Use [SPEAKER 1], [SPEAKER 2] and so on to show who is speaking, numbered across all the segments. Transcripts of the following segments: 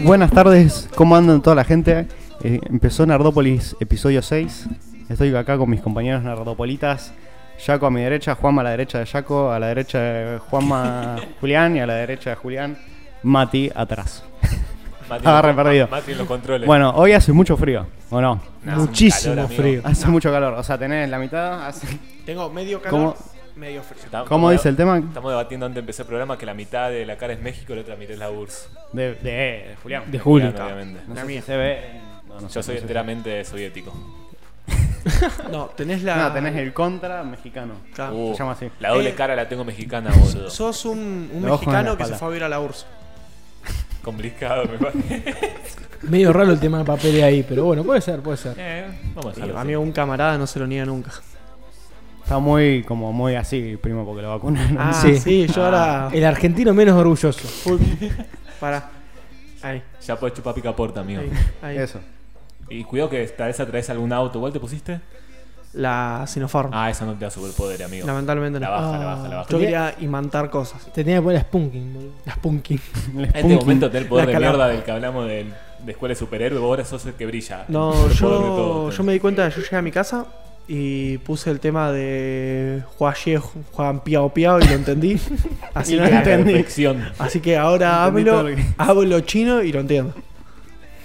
[SPEAKER 1] Buenas tardes, ¿cómo andan toda la gente? Eh, empezó Nardópolis episodio 6. Estoy acá con mis compañeros nardopolitas. Yaco a mi derecha, Juanma a la derecha de Yaco, a la derecha de Juanma Julián y a la derecha de Julián Mati atrás.
[SPEAKER 2] Mati
[SPEAKER 1] Estaba re
[SPEAKER 2] Ma-
[SPEAKER 1] perdido.
[SPEAKER 2] Mati en los controles.
[SPEAKER 1] Bueno, hoy hace mucho frío, ¿o no?
[SPEAKER 2] Nah,
[SPEAKER 3] Muchísimo
[SPEAKER 2] calor, amigo.
[SPEAKER 3] frío.
[SPEAKER 1] Hace mucho calor, o sea, tenés la mitad. hace-
[SPEAKER 4] Tengo medio calor,
[SPEAKER 1] ¿Cómo?
[SPEAKER 4] medio frío.
[SPEAKER 2] Estamos-
[SPEAKER 1] ¿Cómo dice el tema?
[SPEAKER 2] Estamos debatiendo antes de empezar el programa que la mitad de la cara es México y la otra mitad es la URSS.
[SPEAKER 1] De, de, de Julián.
[SPEAKER 3] De Julio.
[SPEAKER 2] Claro, obviamente.
[SPEAKER 1] No sé si se ve. no, no sé,
[SPEAKER 2] Yo soy
[SPEAKER 1] no sé.
[SPEAKER 2] enteramente soviético.
[SPEAKER 4] No, tenés la.
[SPEAKER 1] No, tenés el contra mexicano.
[SPEAKER 4] Claro.
[SPEAKER 2] Uh,
[SPEAKER 1] se llama así.
[SPEAKER 2] La doble
[SPEAKER 4] Eh,
[SPEAKER 2] cara la tengo mexicana, boludo.
[SPEAKER 4] Sos un, un
[SPEAKER 1] Los ojos en la
[SPEAKER 4] mexicano que se
[SPEAKER 1] espalda.
[SPEAKER 4] fue a vivir a la URSS.
[SPEAKER 2] Complicado, me parece.
[SPEAKER 3] Medio raro el tema de papeles ahí, pero bueno, puede ser, puede ser.
[SPEAKER 2] Eh, vamos a
[SPEAKER 4] Sí,
[SPEAKER 2] dejarlo así.
[SPEAKER 4] amigo, un camarada no se lo niega nunca.
[SPEAKER 1] Está muy, como muy así, primo, porque lo vacunan.
[SPEAKER 4] Ah,
[SPEAKER 3] Sí. Ah.
[SPEAKER 4] sí, yo ahora.
[SPEAKER 3] El argentino menos orgulloso.
[SPEAKER 4] Uy, Pará. Ahí,
[SPEAKER 2] Ya puedes chupar picaporta, amigo.
[SPEAKER 4] ahí, ahí.
[SPEAKER 1] Eso.
[SPEAKER 2] Y cuidado que esta vez atraes algún auto. ¿Igual te pusiste?
[SPEAKER 4] La Sinopharm.
[SPEAKER 2] Ah, esa no te da superpoder, amigo.
[SPEAKER 4] Lamentablemente
[SPEAKER 2] La
[SPEAKER 4] no.
[SPEAKER 2] baja, la
[SPEAKER 3] Ah.
[SPEAKER 2] baja, la baja.
[SPEAKER 4] Yo quería imantar cosas.
[SPEAKER 3] Te tenía que poner la Spunking, boludo. La Spunking.
[SPEAKER 1] El
[SPEAKER 2] En este
[SPEAKER 1] spunking.
[SPEAKER 2] momento tenés el poder
[SPEAKER 4] La
[SPEAKER 2] de
[SPEAKER 4] cala-
[SPEAKER 2] mierda del que hablamos del- de escuela de superhéroe, vos ahora sos el que brilla. El
[SPEAKER 4] No,
[SPEAKER 2] superpoder de
[SPEAKER 4] yo,
[SPEAKER 2] todo.
[SPEAKER 4] yo me di cuenta, yo llegué a mi casa y puse el tema de Juan Ye- Juan Piao Piao y lo entendí. Así
[SPEAKER 1] Y lo
[SPEAKER 4] que,
[SPEAKER 2] La
[SPEAKER 1] entendí.
[SPEAKER 2] perfección.
[SPEAKER 4] así que ahora
[SPEAKER 1] Entendí
[SPEAKER 4] hablo,
[SPEAKER 1] todo lo que-
[SPEAKER 4] hablo chino y lo entiendo.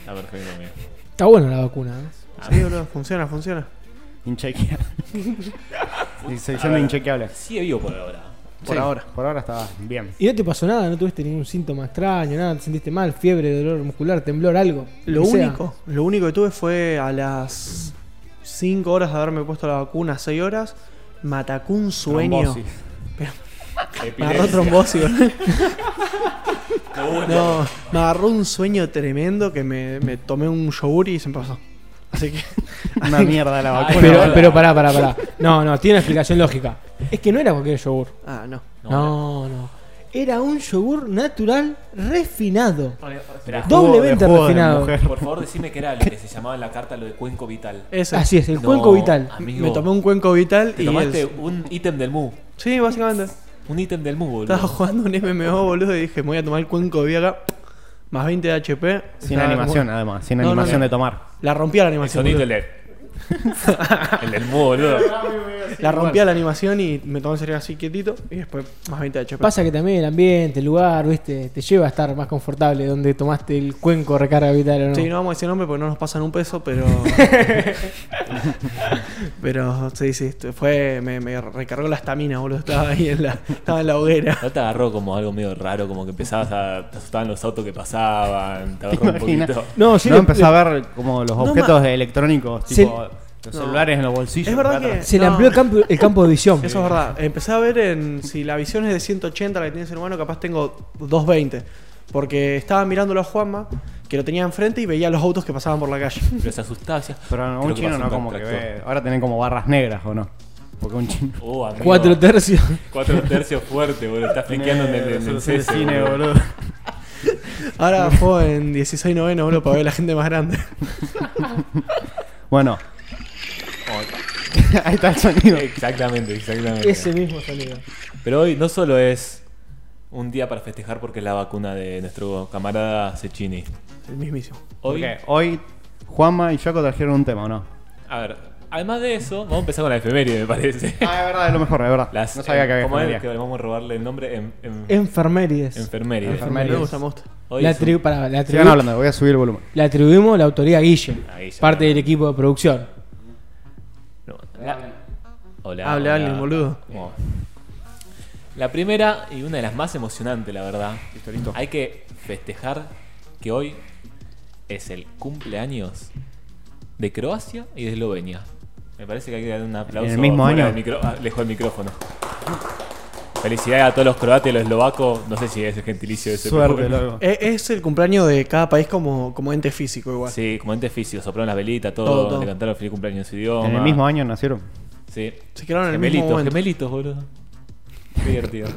[SPEAKER 2] La perfección, amigo.
[SPEAKER 3] Está buena la vacuna, ¿eh?
[SPEAKER 2] Ah,
[SPEAKER 4] Sí, boludo, funciona, funciona.
[SPEAKER 1] Inchequeable. Sí, Se
[SPEAKER 2] A
[SPEAKER 1] llama
[SPEAKER 2] ver.
[SPEAKER 1] inchequeable.
[SPEAKER 2] Sigue vivo por ahora.
[SPEAKER 1] Por
[SPEAKER 4] Sí.
[SPEAKER 1] ahora. Por ahora está bien.
[SPEAKER 3] ¿Y no te pasó nada? ¿No tuviste ningún síntoma extraño? ¿Nada? ¿Te sentiste mal? ¿Fiebre, dolor muscular, temblor, algo?
[SPEAKER 4] Lo
[SPEAKER 3] que sea.
[SPEAKER 4] único, lo único que tuve fue a las 5 horas de haberme puesto la vacuna, 6 horas, me atacó un sueño.
[SPEAKER 1] Trombosis.
[SPEAKER 4] Me agarró
[SPEAKER 2] Epilepsia.
[SPEAKER 4] trombosis. boludo.
[SPEAKER 2] Seguro.
[SPEAKER 4] No, me agarró un sueño tremendo que me, me tomé un yogur y se me pasó. Así que
[SPEAKER 1] Una mierda la
[SPEAKER 2] Ay,
[SPEAKER 1] vacuna.
[SPEAKER 3] Pero,
[SPEAKER 2] Bueno,
[SPEAKER 3] pero pará, pará, pará. No, no, tiene una explicación lógica. Es que no era cualquier yogur.
[SPEAKER 4] Ah, no.
[SPEAKER 3] No, no. Era un yogur natural refinado.
[SPEAKER 2] Vale, Esperá,
[SPEAKER 1] Jugo de
[SPEAKER 3] doblemente
[SPEAKER 1] jugo de
[SPEAKER 3] refinado.
[SPEAKER 1] mujer.
[SPEAKER 2] por favor decime que era lo que se llamaba en la carta lo de cuenco vital.
[SPEAKER 4] Eso.
[SPEAKER 3] Así es, el
[SPEAKER 2] No,
[SPEAKER 3] cuenco vital.
[SPEAKER 2] Amigo,
[SPEAKER 4] Me tomé un cuenco vital
[SPEAKER 2] Te
[SPEAKER 4] y
[SPEAKER 2] tomaste
[SPEAKER 4] el-
[SPEAKER 2] un ítem del mu.
[SPEAKER 4] Sí, básicamente.
[SPEAKER 2] Un ítem del mu, boludo.
[SPEAKER 4] Estaba jugando un MMO, boludo, y dije, me voy a tomar el cuenco vital acá. Más 20 de HP.
[SPEAKER 1] Sin
[SPEAKER 4] Estaba
[SPEAKER 1] animación, además. Sin
[SPEAKER 4] No, no,
[SPEAKER 1] animación
[SPEAKER 4] no.
[SPEAKER 1] de tomar.
[SPEAKER 4] como- La rompía la
[SPEAKER 2] El
[SPEAKER 4] animación.
[SPEAKER 2] sonido
[SPEAKER 4] boludo.
[SPEAKER 2] del... el del mu, boludo.
[SPEAKER 4] La rompía la animación y me tomé el cereal así quietito y después más 20 de HP.
[SPEAKER 3] Pasa que también el ambiente, el lugar, viste, te lleva a estar más confortable donde tomaste el cuenco recarga vital o no.
[SPEAKER 4] Sí, no vamos a decir nombre porque no nos pasan un peso, pero. pero sí, sí, esto fue. Me, me recargó la estamina, boludo. Estaba ahí en la, estaba en la hoguera.
[SPEAKER 2] ¿No te agarró como algo medio raro? Como que empezabas a... Te asustaban los autos que pasaban. Te agarró
[SPEAKER 1] ¿Te
[SPEAKER 2] un
[SPEAKER 1] imaginas?
[SPEAKER 2] poquito.
[SPEAKER 3] No, sí,
[SPEAKER 1] no
[SPEAKER 3] le-
[SPEAKER 1] empezó a ver como los
[SPEAKER 4] No,
[SPEAKER 1] objetos electrónicos,
[SPEAKER 3] Se-
[SPEAKER 1] tipo los celulares en los bolsillos.
[SPEAKER 4] Es verdad que-
[SPEAKER 3] se le
[SPEAKER 4] no.
[SPEAKER 3] amplió el campo, el campo de visión.
[SPEAKER 4] Eso es verdad. Empecé a ver en. Si la visión es de 180, la que tiene el ser humano, capaz tengo 220. Porque estaba mirándolo a Juanma, que lo tenía enfrente y veía los autos que pasaban por la calle.
[SPEAKER 2] Pero se asustaba. decía,
[SPEAKER 1] Pero
[SPEAKER 2] "Creo
[SPEAKER 1] un
[SPEAKER 2] que
[SPEAKER 1] chino
[SPEAKER 2] pasó
[SPEAKER 1] no como que
[SPEAKER 2] tractor".
[SPEAKER 1] ve. Ahora tienen como barras negras, ¿o no? Porque un chino.
[SPEAKER 2] Oh, amigo.
[SPEAKER 3] Cuatro tercios.
[SPEAKER 2] Cuatro tercios fuerte, boludo. Estás fliqueando en el, en el
[SPEAKER 1] Ese
[SPEAKER 2] CS,
[SPEAKER 1] cine,
[SPEAKER 2] boludo.
[SPEAKER 1] boludo.
[SPEAKER 4] Ahora fue en 16 noveno, boludo, para ver la gente más grande.
[SPEAKER 1] Bueno,
[SPEAKER 2] Oh,
[SPEAKER 1] ahí está el sonido.
[SPEAKER 2] Exactamente, exactamente.
[SPEAKER 3] Ese mismo sonido.
[SPEAKER 2] Pero hoy no solo es un día para festejar porque es la vacuna de nuestro camarada Cecchini.
[SPEAKER 4] El mismísimo.
[SPEAKER 2] Hoy,
[SPEAKER 1] Porque hoy Juanma y Jaco trajeron un tema, ¿o no?
[SPEAKER 2] a ver, además de eso, vamos a empezar con la efeméride, me parece.
[SPEAKER 1] Ah, es verdad, es lo mejor, es verdad.
[SPEAKER 2] Las- eh,
[SPEAKER 1] no sabía que había
[SPEAKER 2] ¿cómo es
[SPEAKER 1] enfermería.
[SPEAKER 2] que vamos a robarle el nombre en, en,
[SPEAKER 3] Enfermerides.
[SPEAKER 2] enfermería.
[SPEAKER 1] Enfermería.
[SPEAKER 4] Me gusta, me gusta.
[SPEAKER 2] Hoy
[SPEAKER 3] la,
[SPEAKER 2] es un-
[SPEAKER 3] atribu- pará, la
[SPEAKER 1] Sigan
[SPEAKER 3] atribu-
[SPEAKER 1] hablando, voy a subir el volumen.
[SPEAKER 3] la atribuimos la autoría a Guille,
[SPEAKER 2] A Guille.
[SPEAKER 3] parte del equipo de producción.
[SPEAKER 2] no, la- hola.
[SPEAKER 4] Hable
[SPEAKER 2] hola.
[SPEAKER 4] alguien, boludo.
[SPEAKER 2] Bueno. La primera y una de las más emocionantes, la verdad.
[SPEAKER 1] Listo, listo.
[SPEAKER 2] Hay que festejar que hoy es el cumpleaños de Croacia y de Eslovenia. Me parece que hay que dar un aplauso.
[SPEAKER 1] ¿En el mismo
[SPEAKER 2] fuera
[SPEAKER 1] año?
[SPEAKER 2] del micro- ah, lejos del micrófono. Felicidades a todos los croatas y los eslovacos. No sé si es el gentilicio ese. pero
[SPEAKER 1] Suerte,
[SPEAKER 2] bueno.
[SPEAKER 1] loco.
[SPEAKER 4] E- Es el cumpleaños de cada país como, como ente físico, igual.
[SPEAKER 2] Sí, como entes físicos, soplaron las velitas, todo,
[SPEAKER 4] Todo, todo.
[SPEAKER 2] le cantaron feliz cumpleaños en su idioma.
[SPEAKER 1] En el mismo año nacieron.
[SPEAKER 2] Sí.
[SPEAKER 4] Se quedaron en el mismo
[SPEAKER 2] gemelitos,
[SPEAKER 4] momento.
[SPEAKER 2] gemelitos, boludo. Qué divertido.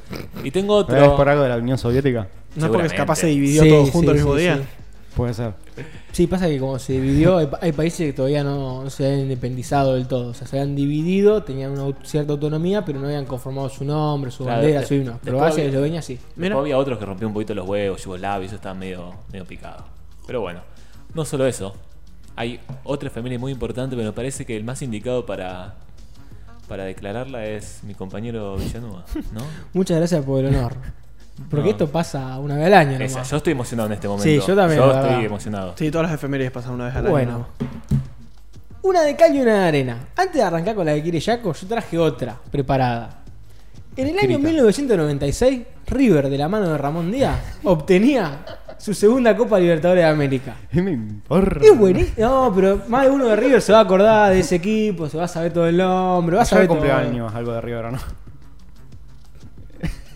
[SPEAKER 2] Y tengo
[SPEAKER 1] ¿Es
[SPEAKER 2] otro.
[SPEAKER 1] por algo de la Unión Soviética?
[SPEAKER 4] No es porque
[SPEAKER 2] Seguramente.
[SPEAKER 4] capaz se dividió
[SPEAKER 3] Sí,
[SPEAKER 4] todo
[SPEAKER 3] sí,
[SPEAKER 4] junto el mismo
[SPEAKER 3] sí,
[SPEAKER 4] día.
[SPEAKER 3] sí.
[SPEAKER 1] Puede ser.
[SPEAKER 3] Sí, pasa que como se dividió, hay, pa- hay países que todavía no, no se han independizado del todo. O sea, se han dividido, tenían una au- cierta autonomía, pero no habían conformado su nombre, su
[SPEAKER 2] Claro,
[SPEAKER 3] bandera,
[SPEAKER 2] de-
[SPEAKER 3] su himno.
[SPEAKER 2] después
[SPEAKER 3] Croacia y
[SPEAKER 2] había-
[SPEAKER 3] Eslovenia sí.
[SPEAKER 2] Después
[SPEAKER 4] Mira.
[SPEAKER 2] había otros que rompieron un poquito los huevos, Yugoslavia, eso estaba medio, medio picado. Pero bueno, no solo eso. Hay otra familia muy importante, pero me parece que el más indicado para, para declararla es mi compañero Villanueva, ¿no?
[SPEAKER 3] Muchas gracias por el honor. Porque
[SPEAKER 2] No.
[SPEAKER 3] esto pasa una vez al año.
[SPEAKER 2] Esa,
[SPEAKER 3] nomás.
[SPEAKER 2] yo estoy emocionado en este momento.
[SPEAKER 3] Sí, yo también,
[SPEAKER 2] Yo
[SPEAKER 3] la
[SPEAKER 2] estoy
[SPEAKER 3] verdad.
[SPEAKER 2] emocionado.
[SPEAKER 4] Sí, todas las efemérides pasan una vez al año.
[SPEAKER 3] Bueno. Una de cal y una de arena. Antes de arrancar con la que quiere Jaco, yo traje otra preparada. En el año
[SPEAKER 1] Escrita.
[SPEAKER 3] 1996, River, de la mano de Ramón Díaz, obtenía su segunda Copa Libertadores de América.
[SPEAKER 1] ¿Qué me importa?
[SPEAKER 3] Es buenísimo. No, pero más de uno de River se va a acordar de ese equipo, se va a saber todo el nombre, va a
[SPEAKER 1] Ayer
[SPEAKER 3] saber todo.
[SPEAKER 1] cumpleaños, algo de River, ¿o ¿no?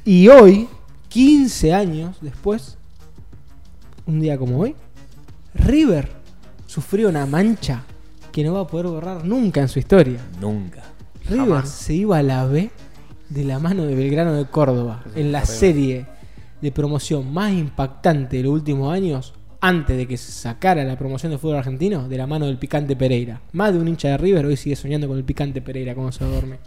[SPEAKER 3] Y hoy, 15 años después, un día como hoy, River sufrió una mancha que no va a poder borrar nunca en su historia.
[SPEAKER 2] Nunca.
[SPEAKER 3] River se iba a la B de la mano de Belgrano de Córdoba en la serie de promoción más impactante de los últimos años, antes de que se sacara la promoción de fútbol argentino, de la mano del picante Pereira. Más de un hincha de River hoy sigue soñando con el picante Pereira cuando se duerme.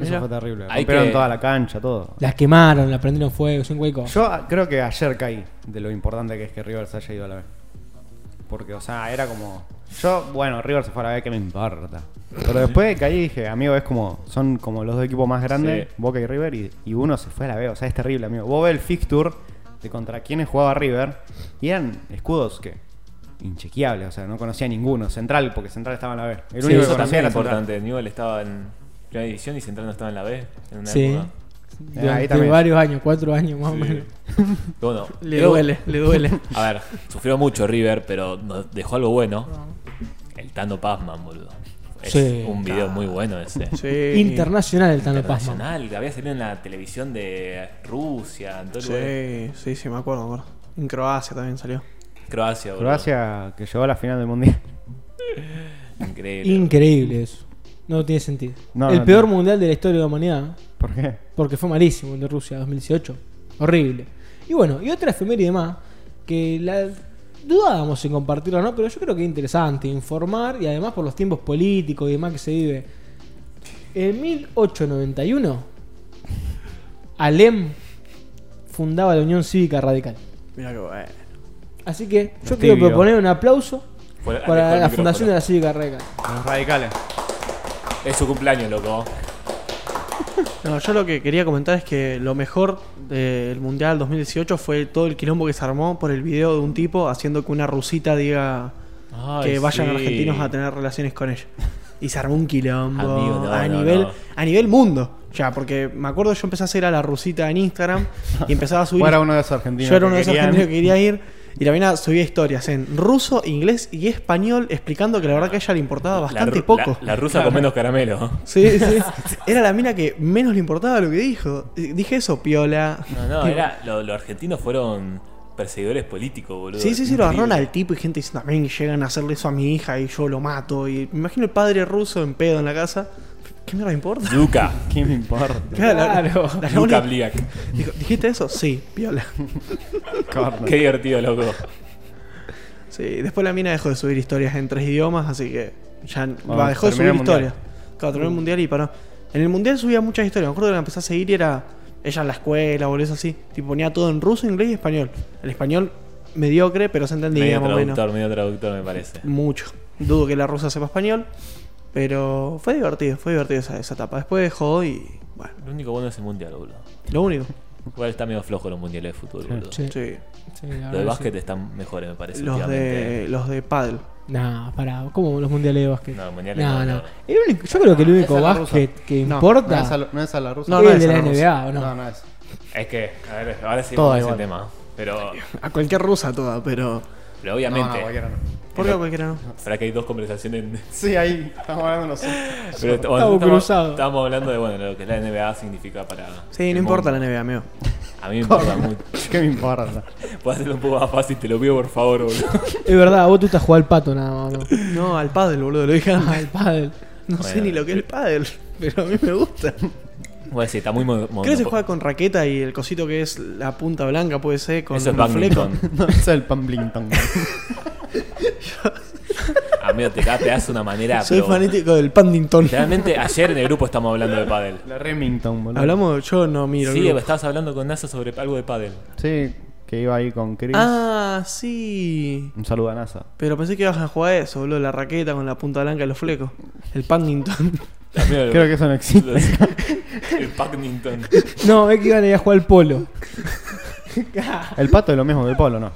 [SPEAKER 1] Eso fue terrible.
[SPEAKER 2] Hay
[SPEAKER 1] Rompieron
[SPEAKER 2] que-
[SPEAKER 1] toda la cancha, todo.
[SPEAKER 3] La quemaron, la prendieron fuego, es un hueco.
[SPEAKER 1] Yo ah, creo que ayer caí de lo importante que es que River se haya ido a la B. Porque, o sea, era como. Yo, bueno, River se fue a la B, que me importa. Pero después caí y dije, amigo, es como. Son como los dos equipos más grandes,
[SPEAKER 2] Sí.
[SPEAKER 1] Boca y River, y, y uno se fue a la B. O sea, es terrible, amigo. Vos ves el fixture de contra quienes jugaba River, y eran escudos que. Inchequeables, o sea, no conocía ninguno. Central, porque Central estaba en la B. El
[SPEAKER 3] Sí,
[SPEAKER 1] único
[SPEAKER 2] eso
[SPEAKER 1] que conocía
[SPEAKER 2] también
[SPEAKER 1] era
[SPEAKER 2] es
[SPEAKER 1] Central.
[SPEAKER 2] importante. Newell estaba en primera división y Central no estaba en la B. En una
[SPEAKER 3] Sí.
[SPEAKER 2] época.
[SPEAKER 1] Eh, ahí
[SPEAKER 3] Durante
[SPEAKER 1] también.
[SPEAKER 3] varios años, cuatro años más o
[SPEAKER 2] Sí.
[SPEAKER 3] menos.
[SPEAKER 2] Bueno,
[SPEAKER 4] Le
[SPEAKER 2] creo-
[SPEAKER 4] duele, le duele.
[SPEAKER 2] A ver, sufrió mucho River, pero nos dejó algo bueno. El Tano Pazman, boludo. Es
[SPEAKER 3] Sí.
[SPEAKER 2] un video muy bueno ese.
[SPEAKER 4] Ah. Sí.
[SPEAKER 3] Internacional el Tano Pazman.
[SPEAKER 2] Internacional, que había salido en la televisión de Rusia, en todo lugar.
[SPEAKER 4] Sí, sí, sí, me acuerdo, me acuerdo. En Croacia también salió.
[SPEAKER 2] Croacia, boludo.
[SPEAKER 1] Croacia que llegó a la final del mundial.
[SPEAKER 2] Increíble.
[SPEAKER 3] Increíble eso. No tiene sentido.
[SPEAKER 1] No,
[SPEAKER 3] el
[SPEAKER 1] no
[SPEAKER 3] peor
[SPEAKER 1] tiene.
[SPEAKER 3] mundial de la historia de la humanidad. ¿no?
[SPEAKER 1] ¿Por qué?
[SPEAKER 3] Porque fue malísimo el de Rusia 2018. Horrible. Y bueno, y otra efeméride más que la dudábamos en compartirla, ¿no? Pero yo creo que es interesante informar y además por los tiempos políticos y demás que se vive. En 1891, Alem fundaba la Unión Cívica Radical.
[SPEAKER 4] Mira que bueno.
[SPEAKER 3] Así que yo
[SPEAKER 1] Los
[SPEAKER 3] quiero
[SPEAKER 1] tibios.
[SPEAKER 3] proponer un aplauso
[SPEAKER 2] Fue- alejó
[SPEAKER 3] para
[SPEAKER 2] el
[SPEAKER 3] la
[SPEAKER 2] micrófono.
[SPEAKER 3] fundación de la Cívica Radical.
[SPEAKER 1] Los radicales.
[SPEAKER 2] Es su cumpleaños, loco.
[SPEAKER 4] No, yo lo que quería comentar es que lo mejor del Mundial 2018 fue todo el quilombo que se armó por el video de un tipo haciendo que una rusita diga que vayan argentinos a tener relaciones con ella. Y se armó un quilombo
[SPEAKER 2] Amigo, no,
[SPEAKER 4] a,
[SPEAKER 2] no,
[SPEAKER 4] nivel,
[SPEAKER 2] no.
[SPEAKER 4] a nivel mundo. Ya, porque me acuerdo yo empecé a seguir a la rusita en Instagram y empezaba a subir.
[SPEAKER 1] Vos eras uno de esos argentinos.
[SPEAKER 4] Yo era
[SPEAKER 1] que
[SPEAKER 4] uno de esos
[SPEAKER 1] querían-
[SPEAKER 4] argentinos que quería ir. Y la mina subía historias en ruso, inglés y español explicando que la verdad que a ella le importaba bastante
[SPEAKER 2] ru-
[SPEAKER 4] poco.
[SPEAKER 2] La, la rusa con menos caramelo.
[SPEAKER 4] Sí, sí. Era la mina que menos le importaba lo que dijo. Eh, Dije eso, piola.
[SPEAKER 2] No, no, era, lo- los argentinos fueron perseguidores políticos, boludo.
[SPEAKER 4] Sí, sí, sí, lo agarraron
[SPEAKER 2] Increíble.
[SPEAKER 4] al tipo y gente diciendo también que llegan a hacerle eso a mi hija y yo lo mato. Y me imagino el padre ruso en pedo en la casa. ¿Qué mierda me importa?
[SPEAKER 2] Luca.
[SPEAKER 1] ¿Qué me importa?
[SPEAKER 4] Claro. la-
[SPEAKER 3] Claro.
[SPEAKER 4] la- la-
[SPEAKER 2] Luca Bliak.
[SPEAKER 4] dijo, ¿Dijiste eso? Sí, piola.
[SPEAKER 1] Corno.
[SPEAKER 2] Qué divertido, loco.
[SPEAKER 4] Sí, después la mina dejó de subir historias en tres idiomas, así que ya
[SPEAKER 1] Cuando
[SPEAKER 4] va, dejó de
[SPEAKER 1] terminó
[SPEAKER 4] subir
[SPEAKER 1] el mundial.
[SPEAKER 4] historias. Claro, terminó el mundial y paró. En el mundial subía muchas historias. Me acuerdo que la empecé a seguir y era ella en la escuela o eso así. Tipo, ponía todo en ruso, inglés y español. El español mediocre, pero se entendía
[SPEAKER 2] Medio
[SPEAKER 4] más o menos.
[SPEAKER 2] traductor, medio traductor, me parece.
[SPEAKER 4] Mucho. Dudo que la rusa sepa español, pero fue divertido, fue divertido esa, esa etapa. Después dejó y. Bueno,
[SPEAKER 2] Lo único bueno es el mundial, boludo.
[SPEAKER 4] lo único.
[SPEAKER 2] Igual está medio flojo los mundiales de fútbol, boludo.
[SPEAKER 3] Sí.
[SPEAKER 4] Sí.
[SPEAKER 3] Sí, la verdad
[SPEAKER 2] Los de
[SPEAKER 3] que
[SPEAKER 2] básquet están mejores, me parece.
[SPEAKER 4] Los
[SPEAKER 2] últimamente.
[SPEAKER 4] de, los de paddle.
[SPEAKER 3] Nah, pará, ¿cómo los mundiales de básquet?
[SPEAKER 2] No, mundiales
[SPEAKER 3] no,
[SPEAKER 2] no,
[SPEAKER 3] no.
[SPEAKER 2] no.
[SPEAKER 3] El único- yo creo que el
[SPEAKER 1] Esa
[SPEAKER 3] único
[SPEAKER 1] es la
[SPEAKER 3] básquet que
[SPEAKER 4] No,
[SPEAKER 1] No
[SPEAKER 3] importa
[SPEAKER 1] es, a, la- no es a la rusa.
[SPEAKER 4] No,
[SPEAKER 3] es
[SPEAKER 4] no
[SPEAKER 3] el de
[SPEAKER 4] esa
[SPEAKER 3] la
[SPEAKER 4] no es.
[SPEAKER 3] NBA, ¿o no?
[SPEAKER 1] no, no es.
[SPEAKER 2] Es que, a ver, ahora sí
[SPEAKER 1] Todo
[SPEAKER 2] vamos a ese
[SPEAKER 1] igual.
[SPEAKER 2] tema. Pero,
[SPEAKER 4] A cualquier rusa toda, pero.
[SPEAKER 2] pero
[SPEAKER 1] No,
[SPEAKER 2] obviamente.
[SPEAKER 1] no, cualquiera no.
[SPEAKER 4] ¿Por qué a cualquiera no?
[SPEAKER 2] Será que hay dos conversaciones. en-
[SPEAKER 1] Sí, ahí estamos hablando nosotros.
[SPEAKER 2] Pero, bueno,
[SPEAKER 3] cruzados.
[SPEAKER 2] Estábamos hablando de bueno, lo que la NBA significa para.
[SPEAKER 4] Sí, no importa la NBA, amigo.
[SPEAKER 2] NBA. A mí me importa mucho.
[SPEAKER 1] ¿Qué me importa?
[SPEAKER 2] Puedes hacerlo un poco más fácil, te lo pido por favor, boludo.
[SPEAKER 3] Es verdad, vos tú estás jugando al pato nada más. ¿no?
[SPEAKER 4] No, al paddle, boludo, lo dije
[SPEAKER 3] Ah,
[SPEAKER 4] antes.
[SPEAKER 3] el pádel.
[SPEAKER 4] No sé
[SPEAKER 2] Bueno.
[SPEAKER 4] ni lo que es el paddle, pero a mí me gusta.
[SPEAKER 2] Bueno, sí, está muy mo-
[SPEAKER 4] Creo que se
[SPEAKER 2] monopo-
[SPEAKER 4] juega con raqueta y el cosito que es la punta blanca, puede ser, con
[SPEAKER 2] Eso es
[SPEAKER 4] unos flecos.
[SPEAKER 2] badminton.
[SPEAKER 1] No, es el Pamblington.
[SPEAKER 2] Amigo, te capeas de una manera.
[SPEAKER 4] Soy
[SPEAKER 2] pero-
[SPEAKER 4] fanático del pandington.
[SPEAKER 2] Realmente, ayer en el grupo estamos hablando de pádel.
[SPEAKER 1] La Remington, boludo.
[SPEAKER 4] Hablamos, yo no miro.
[SPEAKER 2] Sí,
[SPEAKER 4] el grupo.
[SPEAKER 2] estabas hablando con NASA sobre algo de pádel.
[SPEAKER 1] Sí, que iba ahí con Chris.
[SPEAKER 4] Ah, sí.
[SPEAKER 1] Un saludo a NASA.
[SPEAKER 4] Pero pensé que ibas a jugar eso, boludo, la raqueta con la punta blanca y los flecos. El Paddington.
[SPEAKER 1] Creo que eso no existe.
[SPEAKER 2] El Paddington.
[SPEAKER 3] No, es que iban a ir a jugar al polo.
[SPEAKER 1] El pato es lo mismo que el polo, ¿no?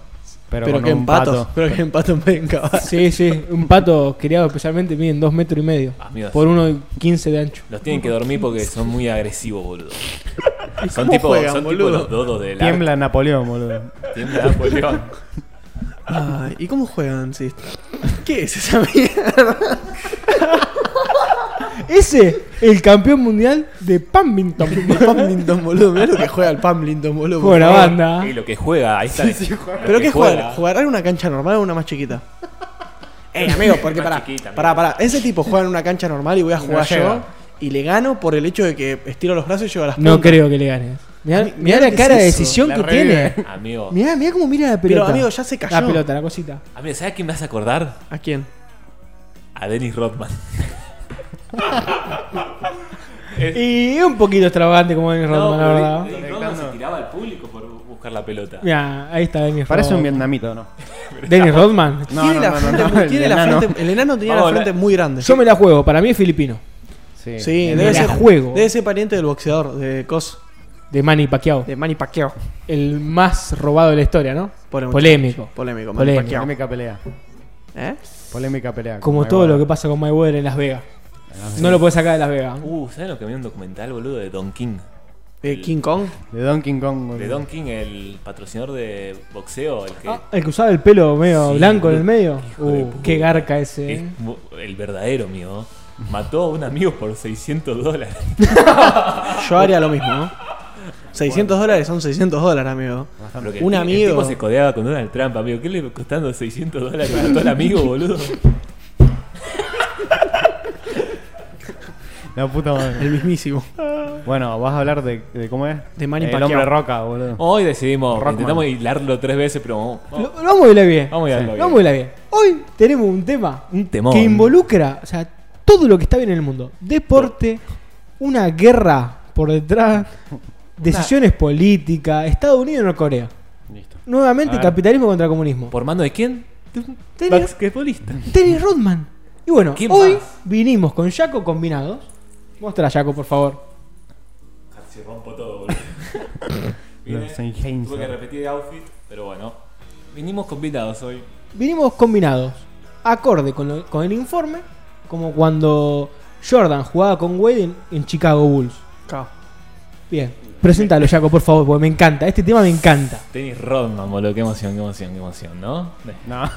[SPEAKER 1] Pero,
[SPEAKER 4] Pero
[SPEAKER 1] con
[SPEAKER 4] que
[SPEAKER 1] un
[SPEAKER 4] en pato.
[SPEAKER 1] pato.
[SPEAKER 4] Pero que en pato en vez de en caballo.
[SPEAKER 3] Sí, sí, un pato criado especialmente miden dos metros y medio.
[SPEAKER 2] Amigos,
[SPEAKER 3] Por uno 15 de ancho.
[SPEAKER 2] Ah, los tienen que dormir porque son muy agresivos, boludo. Son
[SPEAKER 4] cómo
[SPEAKER 2] tipo,
[SPEAKER 4] juegan,
[SPEAKER 2] son tipo
[SPEAKER 4] boludo?
[SPEAKER 2] los dodos del arco.
[SPEAKER 1] Tiembla Napoleón, boludo.
[SPEAKER 2] Tiembla Napoleón.
[SPEAKER 4] Ay, ¿y cómo juegan? Sí. ¿Qué es esa mierda?
[SPEAKER 3] Ese, el campeón mundial de Paddington.
[SPEAKER 4] El Paddington, boludo. Mirá lo que juega el Paddington, boludo. por
[SPEAKER 3] Por la
[SPEAKER 4] favor.
[SPEAKER 3] banda.
[SPEAKER 2] Y lo que juega, ahí está. Lo
[SPEAKER 4] ¿Pero
[SPEAKER 2] que
[SPEAKER 4] qué juega? ¿Jugará en una cancha normal o en una más chiquita? Eh, amigo, porque
[SPEAKER 2] Más
[SPEAKER 4] pará,
[SPEAKER 2] chiquita, amigo.
[SPEAKER 4] pará, pará. Ese tipo juega en una cancha normal y voy a
[SPEAKER 1] No
[SPEAKER 4] jugar yo.
[SPEAKER 1] llega.
[SPEAKER 4] Y le gano por el hecho de que estiro los brazos y llego a las
[SPEAKER 3] No
[SPEAKER 4] puntas.
[SPEAKER 3] creo que le ganes. Mirá,
[SPEAKER 4] Mirá
[SPEAKER 3] mirá
[SPEAKER 4] lo
[SPEAKER 3] la
[SPEAKER 4] que
[SPEAKER 3] cara
[SPEAKER 4] es
[SPEAKER 3] de
[SPEAKER 4] eso,
[SPEAKER 3] decisión
[SPEAKER 1] la
[SPEAKER 3] que
[SPEAKER 1] revive.
[SPEAKER 3] tiene.
[SPEAKER 2] Amigo,
[SPEAKER 3] Mirá, mirá cómo mira la pelota.
[SPEAKER 4] Pero amigo, ya se cayó.
[SPEAKER 3] La pelota, la cosita.
[SPEAKER 2] amigo, ¿sabes a quién me hace acordar?
[SPEAKER 4] ¿A quién?
[SPEAKER 2] A Dennis Rodman.
[SPEAKER 3] Y un poquito extravagante como Dennis Rodman, la verdad.
[SPEAKER 2] Dennis Rodman se tiraba al público por buscar la pelota.
[SPEAKER 3] Mirá, ahí está Dennis
[SPEAKER 1] Parece un
[SPEAKER 3] Rodman.
[SPEAKER 1] vietnamita, ¿no?
[SPEAKER 3] Dennis Rodman.
[SPEAKER 1] No,
[SPEAKER 4] tiene
[SPEAKER 1] no,
[SPEAKER 4] la
[SPEAKER 1] no, no,
[SPEAKER 4] frente,
[SPEAKER 1] no,
[SPEAKER 4] muy-
[SPEAKER 1] el
[SPEAKER 4] tiene la
[SPEAKER 1] enano.
[SPEAKER 4] frente- el enano tenía
[SPEAKER 2] Vamos a
[SPEAKER 4] la frente
[SPEAKER 2] hablar-
[SPEAKER 4] muy grande.
[SPEAKER 3] Yo me la juego, para mí es filipino.
[SPEAKER 1] Sí.
[SPEAKER 4] Sí,
[SPEAKER 3] me
[SPEAKER 4] debe
[SPEAKER 3] la
[SPEAKER 4] ser
[SPEAKER 3] juego.
[SPEAKER 4] Debe ser pariente del boxeador, de Cos,
[SPEAKER 3] De Manny Pacquiao.
[SPEAKER 4] de Manny Pacquiao.
[SPEAKER 3] El más robado de la historia, ¿no?
[SPEAKER 4] Pobre muchacho.
[SPEAKER 3] Polémico.
[SPEAKER 4] Polémico, Manny
[SPEAKER 3] Polémico.
[SPEAKER 4] Pacquiao.
[SPEAKER 1] Polémica pelea.
[SPEAKER 4] ¿Eh?
[SPEAKER 1] Polémica pelea.
[SPEAKER 3] Como todo lo que pasa con Mayweather en Las Vegas. No lo podés sacar de Las Vegas.
[SPEAKER 2] Uh, ¿sabes lo que vi un documental, boludo? De Don King.
[SPEAKER 4] Eh, King Kong.
[SPEAKER 1] De Donkey Kong, boludo.
[SPEAKER 2] De Don King, el patrocinador de boxeo, el que
[SPEAKER 3] Ah, el que usaba el pelo medio
[SPEAKER 2] Sí,
[SPEAKER 3] blanco en
[SPEAKER 2] boludo.
[SPEAKER 3] el medio.
[SPEAKER 2] Hijo de
[SPEAKER 3] Uh,
[SPEAKER 2] puta.
[SPEAKER 3] qué garca ese.
[SPEAKER 2] es
[SPEAKER 3] ¿eh?
[SPEAKER 2] mu- el verdadero mío. Mató a un amigo por 600 dólares.
[SPEAKER 4] Yo haría lo mismo, ¿no? 600 dólares son 600 dólares, amigo.
[SPEAKER 2] Lo que
[SPEAKER 4] Un
[SPEAKER 2] el, ti-
[SPEAKER 4] amigo.
[SPEAKER 2] El tipo se codeaba con Donald Trump, amigo. ¿Qué le costando 600 dólares para todo el amigo, boludo?
[SPEAKER 1] La puta madre.
[SPEAKER 4] El mismísimo.
[SPEAKER 1] Bueno, vas a hablar de, de cómo es.
[SPEAKER 4] De Manny
[SPEAKER 1] El
[SPEAKER 4] Pacquiao.
[SPEAKER 1] hombre roca, boludo.
[SPEAKER 2] Hoy decidimos,
[SPEAKER 1] Rockman.
[SPEAKER 2] intentamos hilarlo tres veces, pero vamos,
[SPEAKER 3] Lo, lo vamos a hilar bien.
[SPEAKER 2] vamos a hilarlo
[SPEAKER 3] Lo
[SPEAKER 2] bien.
[SPEAKER 3] vamos a hilar bien. Hoy tenemos un tema
[SPEAKER 2] Un temón.
[SPEAKER 3] que involucra, o sea, todo lo que está bien en el mundo. Deporte, una guerra por detrás, decisiones políticas, Estados Unidos y Norcorea.
[SPEAKER 1] Listo. A
[SPEAKER 3] Nuevamente
[SPEAKER 1] ver.
[SPEAKER 3] capitalismo contra comunismo.
[SPEAKER 2] ¿Por mano de quién?
[SPEAKER 3] Dennis,
[SPEAKER 2] Basquetbolista.
[SPEAKER 3] Dennis Rodman. Y bueno,
[SPEAKER 2] ¿Quién
[SPEAKER 3] hoy
[SPEAKER 2] más?
[SPEAKER 3] vinimos con Jaco combinados. Mostra a Jaco, por favor.
[SPEAKER 2] Se rompo todo, boludo. Vine,
[SPEAKER 1] Los Einstein.
[SPEAKER 2] Tuve que repetir el outfit, pero bueno. Vinimos convidados hoy.
[SPEAKER 3] Vinimos combinados, acorde con, lo- con el informe, como cuando Jordan jugaba con Wade en, en Chicago Bulls.
[SPEAKER 4] Cao.
[SPEAKER 3] Bien, preséntalo, Jaco, por favor, porque me encanta. Este tema me encanta.
[SPEAKER 2] Dennis Rodman, boludo. Qué emoción, qué emoción, qué emoción, ¿no?
[SPEAKER 1] No.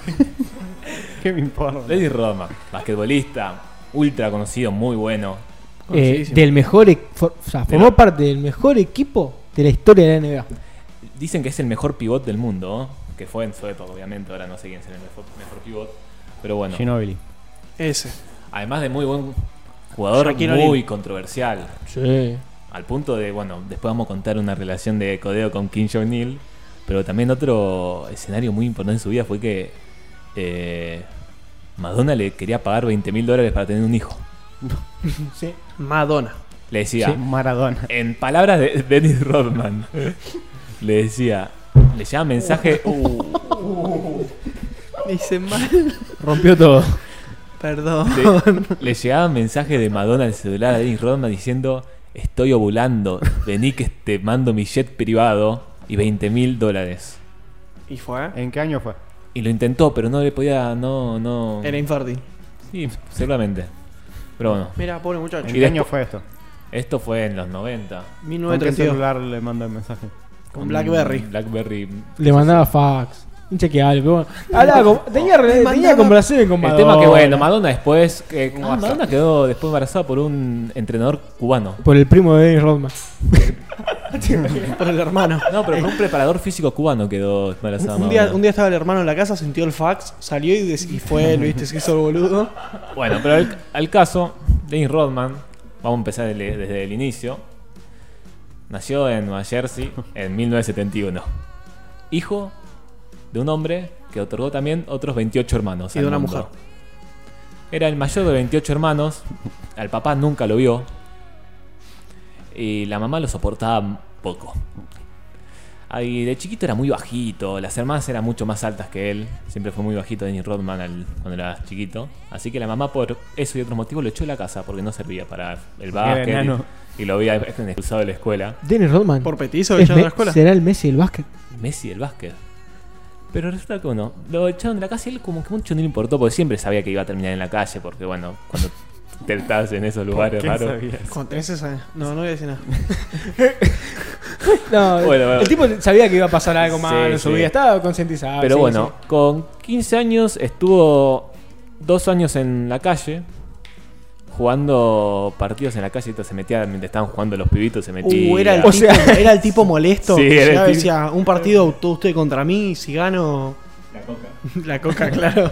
[SPEAKER 1] ¿Qué me importa?
[SPEAKER 2] Dennis Rodman, basquetbolista, ultra conocido, muy bueno.
[SPEAKER 3] Eh,
[SPEAKER 4] Conocidísimo.
[SPEAKER 3] del mejor, e- for- o sea, formó
[SPEAKER 2] Mira.
[SPEAKER 3] parte del mejor equipo de la historia de la NBA.
[SPEAKER 2] Dicen que es el mejor pivot del mundo, ¿no? que fue en su época, obviamente. Ahora no sé quién es el mejor, mejor pivot. Pero bueno,
[SPEAKER 1] Ginobili.
[SPEAKER 4] Ese.
[SPEAKER 2] además de muy buen jugador,
[SPEAKER 4] Shaquille
[SPEAKER 2] muy
[SPEAKER 4] O'Neal.
[SPEAKER 2] controversial.
[SPEAKER 3] Sí.
[SPEAKER 2] Al punto de, bueno, después vamos a contar una relación de codeo con Kim Jong-il. Pero también otro escenario muy importante en su vida fue que eh, Madonna le quería pagar 20 mil dólares para tener un hijo.
[SPEAKER 4] Madonna.
[SPEAKER 2] Le decía,
[SPEAKER 1] Maradona.
[SPEAKER 2] en palabras de Dennis Rodman, le decía, le llevaba mensaje, uh,
[SPEAKER 4] Dice mal.
[SPEAKER 3] Rompió todo.
[SPEAKER 4] Perdón.
[SPEAKER 2] le, le llegaba mensaje de Madonna al celular a Dennis Rodman diciendo, estoy ovulando, vení que te mando mi jet privado y 20 mil dólares.
[SPEAKER 4] ¿Y fue?
[SPEAKER 1] ¿En qué año fue?
[SPEAKER 2] Y lo intentó, pero no le podía, no, no.
[SPEAKER 4] Era infértil.
[SPEAKER 2] Sí, seguramente. Pero bueno,
[SPEAKER 4] Mira, pobre
[SPEAKER 1] ¿En
[SPEAKER 4] muchacho.
[SPEAKER 2] Y
[SPEAKER 1] qué año
[SPEAKER 2] después-
[SPEAKER 1] fue esto?
[SPEAKER 2] esto fue en los 90.
[SPEAKER 1] ¿Con qué
[SPEAKER 4] 1932.
[SPEAKER 1] celular le mandó el mensaje?
[SPEAKER 4] Con Blackberry.
[SPEAKER 2] Mm, Blackberry.
[SPEAKER 3] Le mandaba fax. Inchequeable, pero bueno. Hablaba con- tenía, re-
[SPEAKER 4] Le
[SPEAKER 3] tenía
[SPEAKER 4] mandaba-
[SPEAKER 3] comparaciones con
[SPEAKER 2] El
[SPEAKER 3] Madonna.
[SPEAKER 2] tema que bueno, Madonna después. que-
[SPEAKER 1] Un
[SPEAKER 2] ah,
[SPEAKER 1] WhatsApp.
[SPEAKER 2] Madonna quedó después embarazada por un entrenador cubano.
[SPEAKER 3] Por el primo de Dennis Rodman.
[SPEAKER 4] Por el hermano.
[SPEAKER 2] No, pero por un preparador físico cubano quedó embarazada.
[SPEAKER 4] Un día,
[SPEAKER 2] Madonna.
[SPEAKER 4] un día estaba el hermano en la casa, sintió el fax, salió y, des- y fue él, ¿viste? Se hizo el boludo.
[SPEAKER 2] Bueno, pero al, al caso, Dennis Rodman, vamos a empezar del- desde el inicio. Nació en Nueva Jersey en 1971. Hijo de un hombre que otorgó también otros 28 hermanos.
[SPEAKER 4] Y de
[SPEAKER 2] al
[SPEAKER 4] una
[SPEAKER 2] mundo.
[SPEAKER 4] mujer.
[SPEAKER 2] Era el mayor de 28 hermanos. Al papá nunca lo vio. Y la mamá lo soportaba poco. Ay, de chiquito era muy bajito, las hermanas eran mucho más altas que él. Siempre fue muy bajito Dennis Rodman al- cuando era chiquito. Así que la mamá, por eso y otros motivos, lo echó de la casa porque no servía para el básquet.
[SPEAKER 1] enano.
[SPEAKER 2] Y, y lo había expulsado de la escuela.
[SPEAKER 3] Dennis Rodman.
[SPEAKER 4] Por petizo
[SPEAKER 3] es
[SPEAKER 4] echado de
[SPEAKER 3] Me-
[SPEAKER 4] la escuela.
[SPEAKER 3] Será el Messi del básquet.
[SPEAKER 2] Messi del básquet. Pero resulta que bueno, lo echaron de la casa y él como que mucho no le importó porque siempre sabía que iba a terminar en la calle porque bueno, cuando te estás en esos lugares
[SPEAKER 1] ¿Qué
[SPEAKER 2] raros.
[SPEAKER 1] sabías?
[SPEAKER 4] Con tenés esa- No, no voy a decir nada.
[SPEAKER 3] No,
[SPEAKER 2] Bueno, bueno.
[SPEAKER 3] el tipo sabía que iba a pasar algo malo
[SPEAKER 2] Sí,
[SPEAKER 3] en su
[SPEAKER 2] sí.
[SPEAKER 3] vida, estaba concientizado.
[SPEAKER 2] Pero
[SPEAKER 3] Ah, sí,
[SPEAKER 2] bueno, con 15 años estuvo dos años en la calle jugando partidos en la calle. Entonces se metía, mientras estaban jugando los pibitos, se metía.
[SPEAKER 4] Uh, era, el
[SPEAKER 3] O
[SPEAKER 4] tipo, era el tipo molesto.
[SPEAKER 2] Sí, era
[SPEAKER 4] que
[SPEAKER 2] el
[SPEAKER 4] llegaba y
[SPEAKER 2] tipo-
[SPEAKER 4] decía, un partido todo usted contra mí, si gano. La coca. La coca, claro.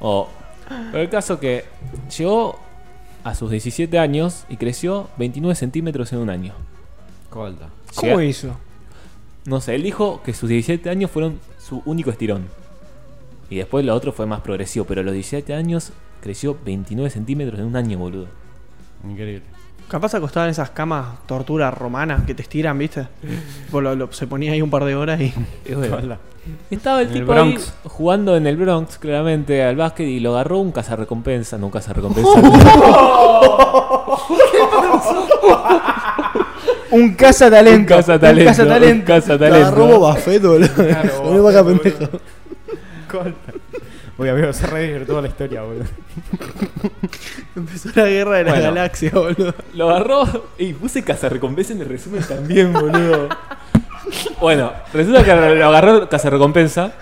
[SPEAKER 2] O- pero el caso que llegó a sus 17 años y creció 29 centímetros en un año.
[SPEAKER 5] Colta.
[SPEAKER 3] sí. ¿Cómo
[SPEAKER 2] Llega-
[SPEAKER 3] hizo?
[SPEAKER 2] No sé, él dijo que sus 17 años fueron su único estirón. Y después lo otro fue más progresivo, pero a los 17 años creció 29 centímetros en un año, boludo.
[SPEAKER 5] Increíble.
[SPEAKER 4] Capaz acostaban en esas camas torturas romanas que te estiran, ¿viste? Tipo, lo- lo- se ponía ahí un par de horas y.
[SPEAKER 2] Es verdad. Estaba el
[SPEAKER 5] En el
[SPEAKER 2] tipo ahí
[SPEAKER 5] Bronx.
[SPEAKER 2] jugando en el Bronx, claramente, al básquet y lo agarró un cazarrecompensa, no un cazarrecompensa.
[SPEAKER 3] Un cazatalento.
[SPEAKER 2] un cazatalento. Un
[SPEAKER 4] La
[SPEAKER 2] cazatalento.
[SPEAKER 4] robo Buffett, boludo. Poné vaca, pendejo.
[SPEAKER 1] Corta. Uy, amigo, se re toda la historia, boludo.
[SPEAKER 4] Empezó la guerra de la
[SPEAKER 2] Bueno.
[SPEAKER 4] galaxia, boludo.
[SPEAKER 2] Lo agarró y puse cazarrecompensa en el resumen también, boludo. bueno, resulta que lo agarró cazarrecompensa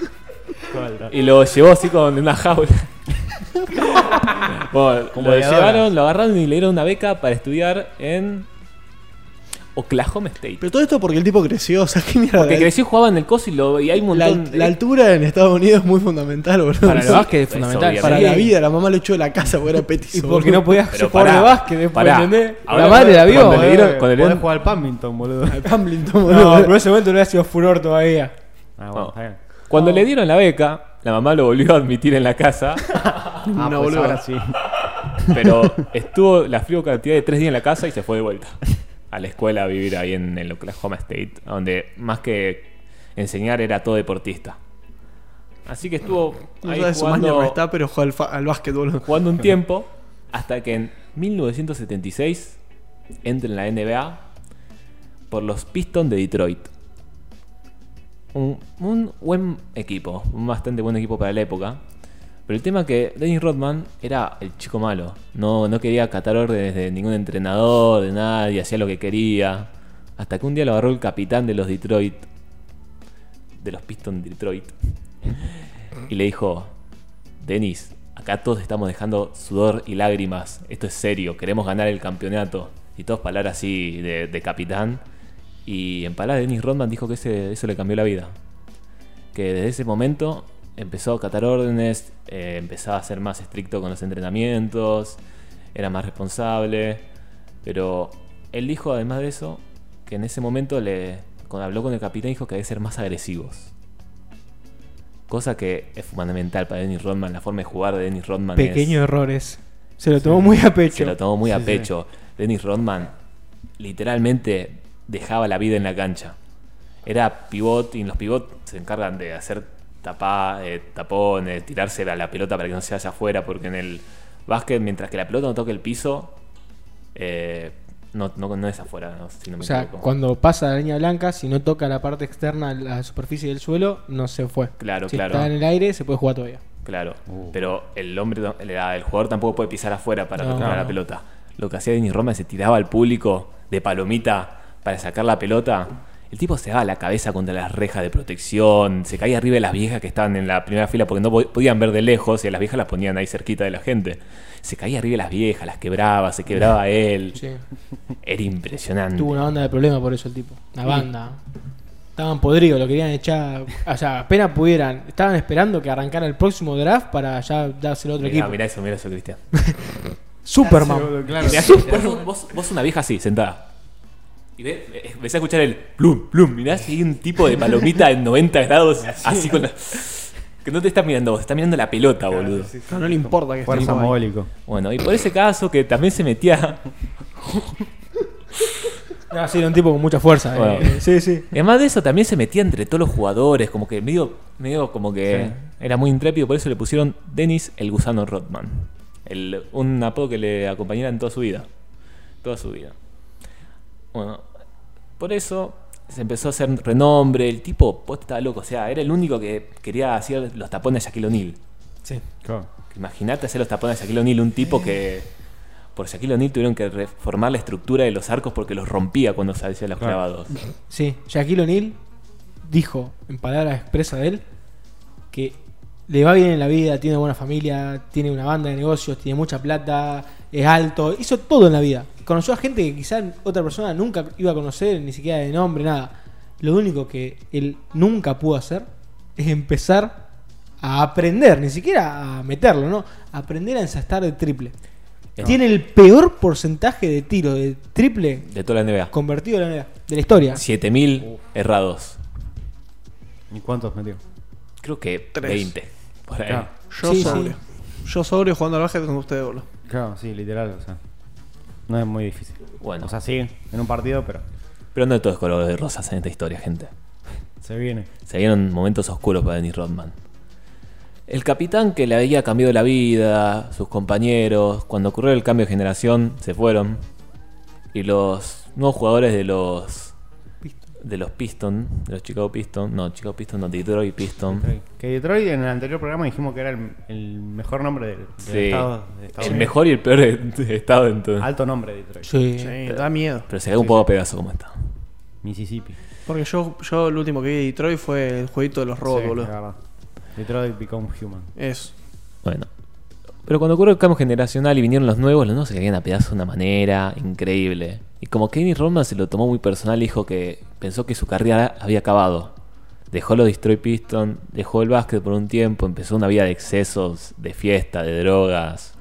[SPEAKER 1] Corta.
[SPEAKER 2] y lo llevó así con una jaula. Bueno,
[SPEAKER 1] Como
[SPEAKER 2] lo
[SPEAKER 1] de ahora.
[SPEAKER 2] llevaron, lo agarraron y le dieron una beca para estudiar en Oklahoma State.
[SPEAKER 4] Pero todo esto porque el tipo creció, o sea, qué mierda.
[SPEAKER 2] Porque creció y jugaba en el coso y, lo, y hay un
[SPEAKER 4] la,
[SPEAKER 2] montón de-
[SPEAKER 4] la altura en Estados Unidos es muy fundamental, boludo.
[SPEAKER 5] Para el
[SPEAKER 4] Sí.
[SPEAKER 5] básquet es
[SPEAKER 2] eso,
[SPEAKER 5] fundamental.
[SPEAKER 2] obviamente.
[SPEAKER 4] Para
[SPEAKER 5] Sí.
[SPEAKER 4] la vida, la mamá lo echó de la casa porque era petizo.
[SPEAKER 3] Y porque no
[SPEAKER 4] boludo.
[SPEAKER 3] podías
[SPEAKER 2] Pero
[SPEAKER 3] jugar
[SPEAKER 2] pará,
[SPEAKER 3] de básquet después,
[SPEAKER 2] pará.
[SPEAKER 3] ¿entendés?
[SPEAKER 2] Ahora
[SPEAKER 3] la madre la vio.
[SPEAKER 2] cuando le dieron- cuando le
[SPEAKER 1] Podés
[SPEAKER 2] dieron- Ah,
[SPEAKER 1] jugar al badminton, boludo.
[SPEAKER 4] Al Pamblinton,
[SPEAKER 3] No,
[SPEAKER 4] boludo.
[SPEAKER 3] pero en ese momento no hubiera sido furor todavía.
[SPEAKER 1] Ah,
[SPEAKER 2] bueno,
[SPEAKER 1] bueno,
[SPEAKER 2] está
[SPEAKER 1] está bien.
[SPEAKER 2] Cuando le dieron la beca, la mamá lo volvió a admitir en la casa,
[SPEAKER 1] Ah,
[SPEAKER 4] No,
[SPEAKER 1] pues
[SPEAKER 4] boludo.
[SPEAKER 1] ahora sí.
[SPEAKER 2] pero estuvo la frío cantidad de tres días en la casa y se fue de vuelta a la escuela a vivir ahí en el Oklahoma State, donde más que enseñar era todo deportista. Así que estuvo
[SPEAKER 4] No
[SPEAKER 2] ahí
[SPEAKER 4] sabe su maña
[SPEAKER 2] jugando,
[SPEAKER 4] dónde está, pero juega al, fa- al básquet, boludo.
[SPEAKER 2] jugando un tiempo hasta que en 1976 entra en la NBA por los Pistons de Detroit. Un, un buen equipo, un bastante buen equipo para la época. Pero el tema que Dennis Rodman era el chico malo. No, no quería acatar órdenes de ningún entrenador, de nadie, hacía lo que quería. Hasta que un día lo agarró el capitán de los Detroit. De los Pistons de Detroit. Y le dijo, Denis, acá todos estamos dejando sudor y lágrimas. Esto es serio, queremos ganar el campeonato. Y todos palabras así de, de capitán. Y en palabras de Dennis Rodman dijo que ese- eso le cambió la vida. Que desde ese momento empezó a acatar órdenes, eh, empezaba a ser más estricto con los entrenamientos, era más responsable. Pero él dijo además de eso que en ese momento le cuando habló con el capitán dijo que debe ser más agresivos. Cosa que es fundamental para Dennis Rodman, la forma de jugar de Dennis Rodman es-
[SPEAKER 3] Pequeños errores. Se lo tomó muy a
[SPEAKER 2] se
[SPEAKER 3] pecho.
[SPEAKER 2] lo tomó muy a
[SPEAKER 1] Sí, sí.
[SPEAKER 2] pecho. Dennis Rodman literalmente dejaba la vida en la cancha. Era pivot y los pivot se encargan de hacer tapá, eh, tapones, tirarse a la pelota para que no se vaya afuera, porque en el básquet, mientras que la pelota no toque el piso, eh, no, no- no es afuera, no, si no me
[SPEAKER 3] O sea,
[SPEAKER 2] equivoco.
[SPEAKER 3] cuando pasa la línea blanca, si no toca la parte externa, la superficie del suelo, no se fue.
[SPEAKER 2] Claro,
[SPEAKER 3] si
[SPEAKER 2] claro.
[SPEAKER 3] está en el aire, se puede jugar todavía.
[SPEAKER 2] Claro, pero el hombre, no- el, ah, el jugador tampoco puede pisar afuera para
[SPEAKER 3] No.
[SPEAKER 2] tocar la
[SPEAKER 3] Claro.
[SPEAKER 2] pelota. Lo que hacía Denis Roma se tiraba al público de palomita para sacar la pelota. El tipo se daba la cabeza contra las rejas de protección, se caía arriba de las viejas que estaban en la primera fila porque no po- podían ver de lejos y a las viejas las ponían ahí cerquita de la gente. Se caía arriba de las viejas, las quebraba, se quebraba él.
[SPEAKER 3] Sí.
[SPEAKER 2] Era impresionante.
[SPEAKER 3] Tuvo una banda de problemas por eso el tipo. Una banda. Estaban podridos, lo querían echar. O sea, apenas pudieran. Estaban esperando que arrancara el próximo draft para ya dárselo a otro
[SPEAKER 2] Mirá,
[SPEAKER 3] equipo.
[SPEAKER 2] mirá eso, mirá eso, Cristian.
[SPEAKER 3] Superman.
[SPEAKER 1] Claro.
[SPEAKER 2] Mirá, vos, vos- vos una vieja así, sentada. Y ve- eh, empecé a escuchar el plum, plum. Mirá si hay un tipo de palomita en 90 grados, así con la. Que no te está mirando vos, está mirando la pelota, boludo.
[SPEAKER 4] No, no le importa que esté
[SPEAKER 1] Fuerza
[SPEAKER 4] tipo ahí.
[SPEAKER 1] mogólico.
[SPEAKER 2] Bueno, y por ese caso que también se metía.
[SPEAKER 3] No, sí, era un tipo con mucha fuerza. eh.
[SPEAKER 2] Bueno.
[SPEAKER 3] Sí, sí.
[SPEAKER 2] Y además de eso, también se metía entre todos los jugadores, como que medio, medio como que era muy intrépido, por eso le pusieron Dennis el gusano Rodman. El- un apodo que le acompañara en toda su vida. Toda su vida. Bueno, por eso se empezó a hacer renombre, el tipo posta estaba loco, o sea, era el único que quería hacer los tapones a Shaquille O'Neal.
[SPEAKER 3] Sí.
[SPEAKER 5] Claro.
[SPEAKER 2] Imagínate hacer los tapones a Shaquille O'Neal, un tipo que por Shaquille O'Neal tuvieron que reformar la estructura de los arcos porque los rompía cuando se hacían los
[SPEAKER 5] Claro.
[SPEAKER 2] clavados.
[SPEAKER 3] Sí, Shaquille O'Neal dijo, en palabras expresas de él, que le va bien en la vida, tiene buena familia, tiene una banda de negocios, tiene mucha plata, es alto, hizo todo en la vida. Conoció a gente que quizás otra persona nunca iba a conocer, ni siquiera de nombre, nada. Lo único que él nunca pudo hacer es empezar a aprender, ni siquiera a meterlo, ¿no? Aprender a ensastar de triple.
[SPEAKER 2] No.
[SPEAKER 3] Tiene el peor porcentaje de tiro de triple
[SPEAKER 2] De toda la NBA.
[SPEAKER 3] convertido en la, de la historia.
[SPEAKER 2] 7000 errados.
[SPEAKER 1] ¿Y cuántos metió?
[SPEAKER 2] Creo que
[SPEAKER 4] Tres.
[SPEAKER 2] 20. Por ahí.
[SPEAKER 1] Claro.
[SPEAKER 4] Yo
[SPEAKER 3] Sí,
[SPEAKER 4] sobrio. Yo sobrio jugando al básquet con ustedes, boludo.
[SPEAKER 1] Claro, sí, literal, o sea. No es muy difícil.
[SPEAKER 2] Bueno,
[SPEAKER 1] O sea, sí, en un partido, pero
[SPEAKER 2] pero no todo es color de rosas en esta historia, gente.
[SPEAKER 1] se viene.
[SPEAKER 2] Se vieron momentos oscuros para Dennis Rodman. El capitán que le había cambiado la vida, sus compañeros, cuando ocurrió el cambio de generación, se fueron. Y los nuevos jugadores de los. De los Pistons, de los Chicago Pistons, no, Chicago Pistons, no, Detroit Pistons.
[SPEAKER 1] Que Detroit en el anterior programa dijimos que era el, el mejor nombre del, del
[SPEAKER 2] Sí.
[SPEAKER 1] estado. de Estados
[SPEAKER 2] El
[SPEAKER 1] Unidos.
[SPEAKER 2] mejor y el peor de- de estado entonces.
[SPEAKER 1] Alto nombre de Detroit.
[SPEAKER 3] Sí.
[SPEAKER 4] Sí, da miedo.
[SPEAKER 2] Pero se ve un poco a Pegaso como está.
[SPEAKER 1] Mississippi.
[SPEAKER 4] Porque yo, yo lo último que vi de Detroit fue el jueguito de los robots,
[SPEAKER 1] Sí, la
[SPEAKER 4] boludo.
[SPEAKER 1] verdad. Detroit Become Human.
[SPEAKER 4] Eso.
[SPEAKER 2] Bueno. Pero cuando ocurrió el cambio generacional y vinieron los nuevos, los nuevos se caían a pedazos de una manera increíble. Y como Kenny Roman se lo tomó muy personal, dijo que pensó que su carrera había acabado. Dejó los Destroy Pistons, dejó el básquet por un tiempo, empezó una vida de excesos, de fiesta, de drogas,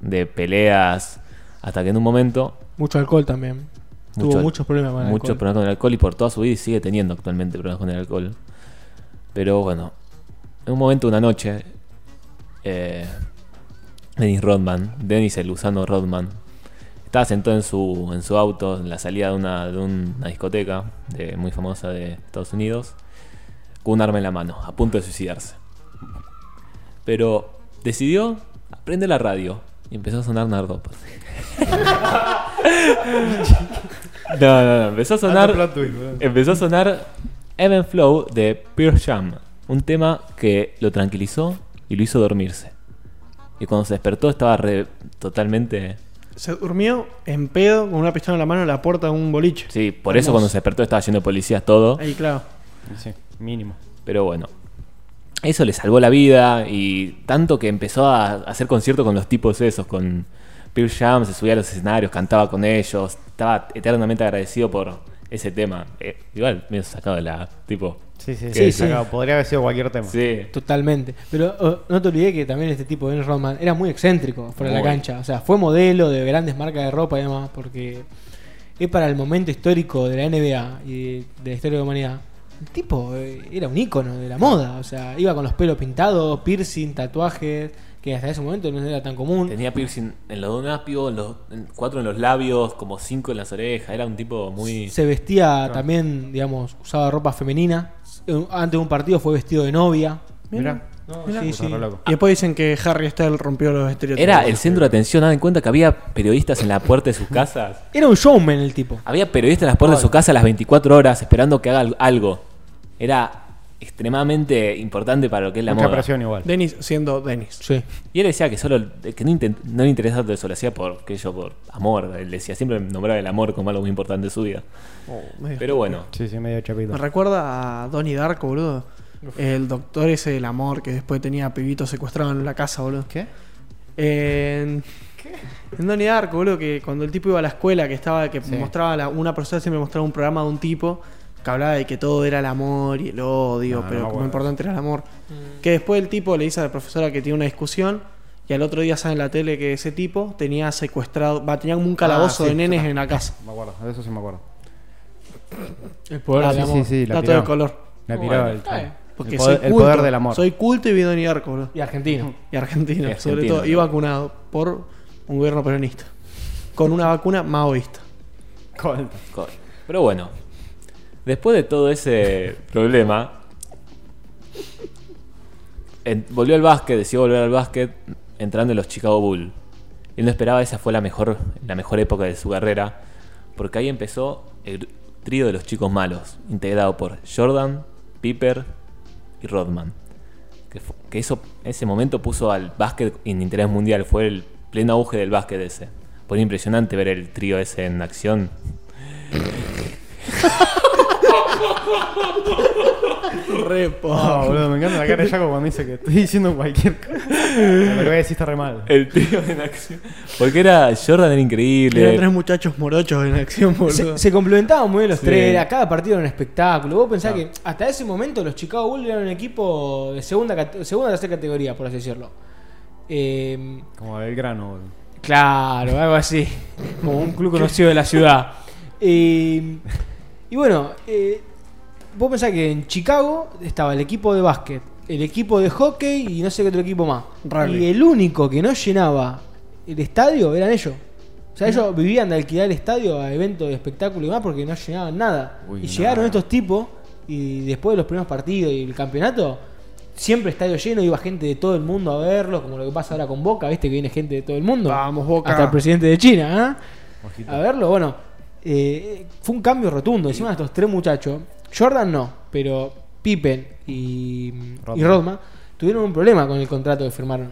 [SPEAKER 2] de peleas, hasta que en un momento
[SPEAKER 3] Mucho alcohol también. Tuvo
[SPEAKER 2] Mucho-
[SPEAKER 3] muchos problemas con el
[SPEAKER 2] muchos
[SPEAKER 3] alcohol.
[SPEAKER 2] problemas con el alcohol y por toda su vida y sigue teniendo actualmente problemas con el alcohol. Pero bueno, en un momento, una noche, eh, Dennis Rodman, Dennis el gusano Rodman, estaba sentado en su, en su auto en la salida de una, de una discoteca de- muy famosa de Estados Unidos con un arma en la mano, a punto de suicidarse. Pero decidió aprender la radio y empezó a sonar Nardo. pues. no, no, no, empezó a sonar.
[SPEAKER 1] Alto plot twist, boludo.
[SPEAKER 2] Empezó a sonar Even Flow de Pearl Jam, un tema que lo tranquilizó y lo hizo dormirse. Y cuando se despertó estaba re- totalmente...
[SPEAKER 4] Se durmió en pedo con una pistola en la mano en la puerta de un boliche.
[SPEAKER 2] Sí, por eso cuando se despertó estaba lleno de policías todo.
[SPEAKER 4] Ahí, claro.
[SPEAKER 1] Sí, mínimo.
[SPEAKER 2] Pero bueno, eso le salvó la vida y tanto que empezó a hacer conciertos con los tipos esos, con Pearl Jam, se subía a los escenarios, cantaba con ellos, estaba eternamente agradecido por ese tema. Eh, igual me he sacado de la... tipo...
[SPEAKER 1] Sí, sí,
[SPEAKER 2] Sí,
[SPEAKER 1] sí.
[SPEAKER 3] sí.
[SPEAKER 1] sacado. Podría haber sido cualquier tema.
[SPEAKER 2] Sí.
[SPEAKER 3] Totalmente. Pero eh, no te olvides que también este tipo, Dennis Rodman, era muy excéntrico fuera de la
[SPEAKER 2] Muy.
[SPEAKER 3] cancha. O sea, fue modelo de grandes marcas de ropa y demás, porque es para el momento histórico de la NBA y de, de la historia de la humanidad. El tipo eh, era un ícono de la moda. O sea, iba con los pelos pintados, piercing, tatuajes, que hasta ese momento no era tan común.
[SPEAKER 2] Tenía piercing en los donapios, en los, en- cuatro en los labios, como cinco en las orejas. Era un tipo muy.
[SPEAKER 3] Se vestía también, digamos, usaba ropa femenina. Eh, Antes de un partido fue vestido de novia.
[SPEAKER 1] Mira,
[SPEAKER 4] Mirá.
[SPEAKER 3] sí, sí.
[SPEAKER 1] re loco.
[SPEAKER 4] Y después dicen que Harry Styles rompió los estereotipos.
[SPEAKER 2] Era el centro de atención. Hagan cuenta que había periodistas en la puerta de sus casas.
[SPEAKER 3] Era un showman el tipo.
[SPEAKER 2] Había periodistas en las puertas de su casa a las 24 horas esperando que haga al- algo. Era extremadamente importante para lo que es la
[SPEAKER 1] Mucha
[SPEAKER 2] moda.
[SPEAKER 1] presión igual.
[SPEAKER 4] Dennis siendo Dennis.
[SPEAKER 3] Sí.
[SPEAKER 2] Y él decía que solo que no, inten- no le interesaba todo eso, lo hacía por, qué sé yo, por amor. Él decía, siempre nombraba el amor como algo muy importante de su vida.
[SPEAKER 4] Oh, medio-
[SPEAKER 2] Pero bueno,
[SPEAKER 1] Sí, sí, medio chapito.
[SPEAKER 4] Me recuerda a Donnie Darko, boludo. El doctor ese del amor que después tenía a pibitos secuestrados en la casa, boludo.
[SPEAKER 1] ¿Qué?
[SPEAKER 4] En, en Donnie Darko, boludo, que cuando el tipo iba a la escuela, que estaba, que mostraba la- una persona siempre mostraba un programa de un tipo que hablaba de que todo era el amor y el odio,
[SPEAKER 1] Ah, no me
[SPEAKER 4] pero como
[SPEAKER 1] acuerdo. Mm.
[SPEAKER 4] importante era el amor. Que después el tipo le dice a la profesora que tiene una discusión y al otro día sale en la tele que ese tipo tenía secuestrado, va, tenía como un calabozo
[SPEAKER 1] Ah, sí,
[SPEAKER 4] de nenes en la casa.
[SPEAKER 1] Me acuerdo, de eso sí me acuerdo.
[SPEAKER 3] El poder
[SPEAKER 4] Ah,
[SPEAKER 3] del
[SPEAKER 1] sí, sí,
[SPEAKER 3] amor.
[SPEAKER 1] sí, la
[SPEAKER 4] Dato de
[SPEAKER 1] tiraba.
[SPEAKER 4] color.
[SPEAKER 1] La tiraba
[SPEAKER 2] Bueno,
[SPEAKER 1] el,
[SPEAKER 3] está bien.
[SPEAKER 4] Porque
[SPEAKER 1] el poder,
[SPEAKER 4] soy
[SPEAKER 1] el
[SPEAKER 4] culto,
[SPEAKER 1] poder del amor.
[SPEAKER 4] Soy culto y vi Donnie Darko, boludo.
[SPEAKER 3] Y argentino.
[SPEAKER 4] Y argentino,
[SPEAKER 2] Y
[SPEAKER 4] sobre
[SPEAKER 2] argentino.
[SPEAKER 4] todo. Y vacunado por un gobierno peronista. Con una vacuna maoísta.
[SPEAKER 1] Colta.
[SPEAKER 2] Cor- Pero bueno, después de todo ese problema, en- volvió al básquet, decidió volver al básquet entrando en los Chicago Bulls. Él no esperaba, esa fue la mejor, la mejor época de su carrera, porque ahí empezó el trío de los chicos malos, integrado por Jordan, Piper y Rodman. Que, fu- que eso, ese momento puso al básquet en interés mundial, fue el pleno auge del básquet ese. Fue impresionante ver el trío ese en acción.
[SPEAKER 1] No, Oh, boludo, me encanta la cara de Jaco cuando dice que estoy diciendo cualquier cosa. Lo que voy a decir está re mal.
[SPEAKER 4] Eh.
[SPEAKER 2] El trío en acción. Porque era Jordan era
[SPEAKER 4] Eran tres
[SPEAKER 2] increíble.
[SPEAKER 4] muchachos morochos en acción, boludo.
[SPEAKER 3] Se, se complementaban muy bien los
[SPEAKER 2] Sí.
[SPEAKER 3] tres, era- cada partido era un espectáculo. Vos pensás que hasta ese momento los Chicago Bulls eran un equipo de segunda, cate- segunda o tercera categoría, por así decirlo. Eh,
[SPEAKER 1] Como del grano, boludo.
[SPEAKER 3] claro, algo así. Como un club conocido de la ciudad. Eh, y bueno, eh, vos pensás que en Chicago estaba el equipo de básquet, el equipo de hockey y no sé qué otro equipo más.
[SPEAKER 4] Rugby.
[SPEAKER 3] Y el único que no llenaba el estadio eran ellos. O sea,
[SPEAKER 5] Mm.
[SPEAKER 3] ellos vivían de alquilar el estadio a eventos de espectáculo y demás porque no llenaban nada.
[SPEAKER 5] Uy,
[SPEAKER 3] y
[SPEAKER 5] no.
[SPEAKER 3] llegaron estos tipos y después de los primeros partidos y el campeonato, siempre estadio lleno, iba gente de todo el mundo a verlo, como lo que pasa ahora con Boca, viste que viene gente de todo el mundo.
[SPEAKER 4] Vamos, Boca.
[SPEAKER 3] Hasta el presidente de China, ¿ah?
[SPEAKER 5] Ojito.
[SPEAKER 3] a verlo, bueno, eh, fue un cambio rotundo. Encima de estos tres muchachos, Jordan no, pero Pippen y, y
[SPEAKER 1] Rodman.
[SPEAKER 3] Rodman tuvieron un problema con el contrato que firmaron.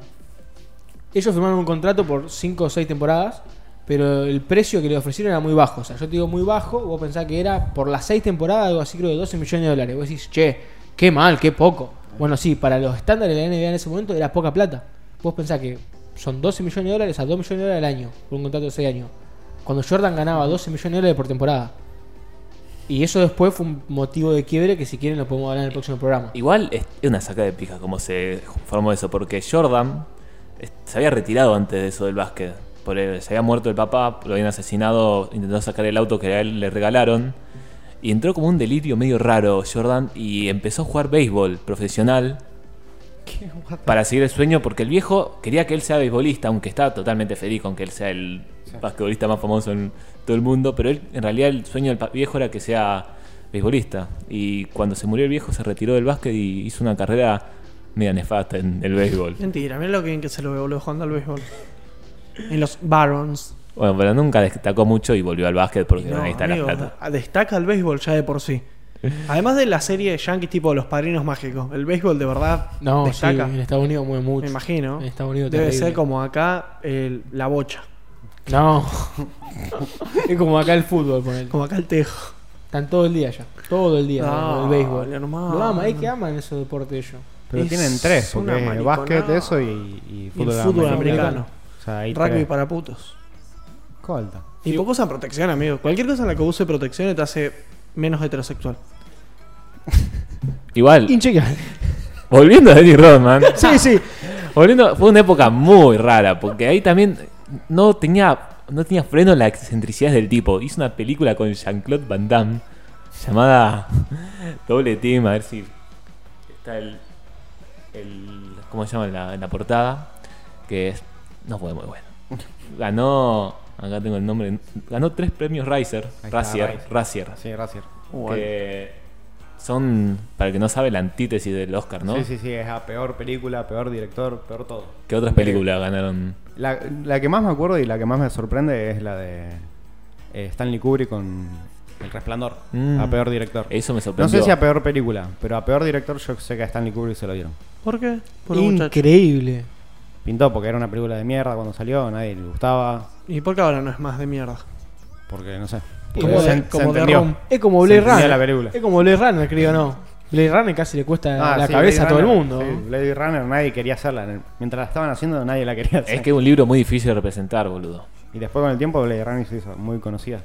[SPEAKER 3] Ellos firmaron un contrato por 5 o 6 temporadas, pero el precio que le ofrecieron era muy bajo. O sea, yo te digo muy bajo, vos pensás que era por las 6 temporadas, algo así creo de 12 millones de dólares. Vos decís, che, qué mal, qué poco. Bueno, sí, para los estándares de la NBA en ese momento era poca plata. Vos pensás que son 12 millones de dólares a 2 millones de dólares al año, por un contrato de 6 años. Cuando Jordan ganaba 12 millones de dólares por temporada. Y eso después fue un motivo de quiebre que si quieren lo podemos hablar en el próximo programa.
[SPEAKER 2] Igual es es una saca de pijas como se formó eso. Porque Jordan es- se había retirado antes de eso del básquet. Por él, se había muerto el papá, lo habían asesinado, intentó sacar el auto que a él le regalaron. Y entró como un delirio medio raro Jordan y empezó a jugar béisbol profesional para seguir el sueño porque el viejo quería que él sea beisbolista, aunque está totalmente feliz con que él sea el basquetbolista más famoso en todo el mundo, pero él en realidad el sueño del pa- viejo era que sea beisbolista. Y cuando se murió el viejo se retiró del básquet y hizo una carrera media nefasta en el béisbol.
[SPEAKER 4] Mentira, mira lo que bien que se lo ve, boludo, jugando al béisbol. En los Barons.
[SPEAKER 2] Bueno, pero nunca destacó mucho y volvió al básquet porque
[SPEAKER 4] No,
[SPEAKER 2] ahí está
[SPEAKER 4] amigo,
[SPEAKER 2] la plata.
[SPEAKER 4] a- destaca el béisbol ya de por sí. Además de la serie de Yankees tipo Los Padrinos Mágicos. El béisbol de verdad
[SPEAKER 3] No, sí,
[SPEAKER 4] destaca.
[SPEAKER 3] en Estados Unidos mueve mucho.
[SPEAKER 4] me imagino.
[SPEAKER 3] En Estados Unidos
[SPEAKER 4] Debe
[SPEAKER 3] terrible.
[SPEAKER 4] ser como acá el- la bocha.
[SPEAKER 3] No. es como acá el fútbol, ponele.
[SPEAKER 4] Como acá el tejo.
[SPEAKER 3] Están todo el día ya. Todo el día
[SPEAKER 4] No,
[SPEAKER 3] el béisbol.
[SPEAKER 4] le normal.
[SPEAKER 3] Lo aman, es que aman esos deportes ellos.
[SPEAKER 1] Pero
[SPEAKER 4] Es
[SPEAKER 1] tienen tres,
[SPEAKER 4] una
[SPEAKER 1] porque es
[SPEAKER 4] mariconada.
[SPEAKER 1] básquet, eso y, y
[SPEAKER 4] Y el
[SPEAKER 1] fútbol,
[SPEAKER 4] fútbol americano.
[SPEAKER 1] O sea, hay
[SPEAKER 4] Rugby
[SPEAKER 1] tres.
[SPEAKER 4] para putos.
[SPEAKER 1] Colta.
[SPEAKER 4] Y poco usan protección, amigo. Cualquier cosa en la que use protección te hace menos heterosexual.
[SPEAKER 2] Igual,
[SPEAKER 3] Inchequeable.
[SPEAKER 2] volviendo a Dennis Rodman.
[SPEAKER 3] sí, sí.
[SPEAKER 2] Volviendo, fue una época muy rara, porque ahí también no tenía, no tenía freno la excentricidad del tipo. Hizo una película con Jean-Claude Van Damme llamada Doble Team, a ver si está el, el ¿cómo se llama? en La, en la portada, que es, no fue muy bueno. Ganó, acá tengo el nombre, ganó tres premios Riser,
[SPEAKER 1] Ahí está,
[SPEAKER 2] Razier,
[SPEAKER 1] Riser.
[SPEAKER 2] Razier,
[SPEAKER 1] Sí, gracias.
[SPEAKER 2] que son, para el que no sabe, la antítesis del Oscar, ¿no?
[SPEAKER 1] Sí, Eh, sí, sí, es la peor película, peor director, peor todo.
[SPEAKER 2] ¿Qué otras películas ganaron?
[SPEAKER 1] La, la que más me acuerdo y la que más me sorprende es la de eh, Stanley Kubrick con El Resplandor,
[SPEAKER 2] Mm.
[SPEAKER 1] a peor director.
[SPEAKER 2] Eso me sorprendió.
[SPEAKER 1] No sé si a peor película, pero a peor director yo sé que a Stanley Kubrick se lo dieron.
[SPEAKER 4] ¿Por qué? Por un muchacho.
[SPEAKER 3] Increíble.
[SPEAKER 1] Pintó porque era una película de mierda cuando salió, a nadie le gustaba,
[SPEAKER 4] ¿Y por qué ahora no es más de mierda?
[SPEAKER 1] porque no sé.
[SPEAKER 3] Como
[SPEAKER 1] se-
[SPEAKER 3] de-
[SPEAKER 1] se
[SPEAKER 4] como de
[SPEAKER 1] entendió.
[SPEAKER 4] rom-
[SPEAKER 3] Es como
[SPEAKER 1] Se
[SPEAKER 3] Blade
[SPEAKER 1] entendió
[SPEAKER 3] Runner.
[SPEAKER 1] la película.
[SPEAKER 3] Es como Blade Runner, creo, no. Blade Runner casi le cuesta
[SPEAKER 1] Ah,
[SPEAKER 3] la
[SPEAKER 1] sí,
[SPEAKER 3] cabeza a
[SPEAKER 1] Blade
[SPEAKER 3] todo el
[SPEAKER 1] Runner,
[SPEAKER 3] mundo.
[SPEAKER 1] sí, Blade Runner nadie quería hacerla. en el- Mientras la estaban haciendo, nadie la quería hacer.
[SPEAKER 2] Es que es un libro muy difícil de representar, boludo.
[SPEAKER 1] Y después con el tiempo Blade Runner se hizo muy conocida.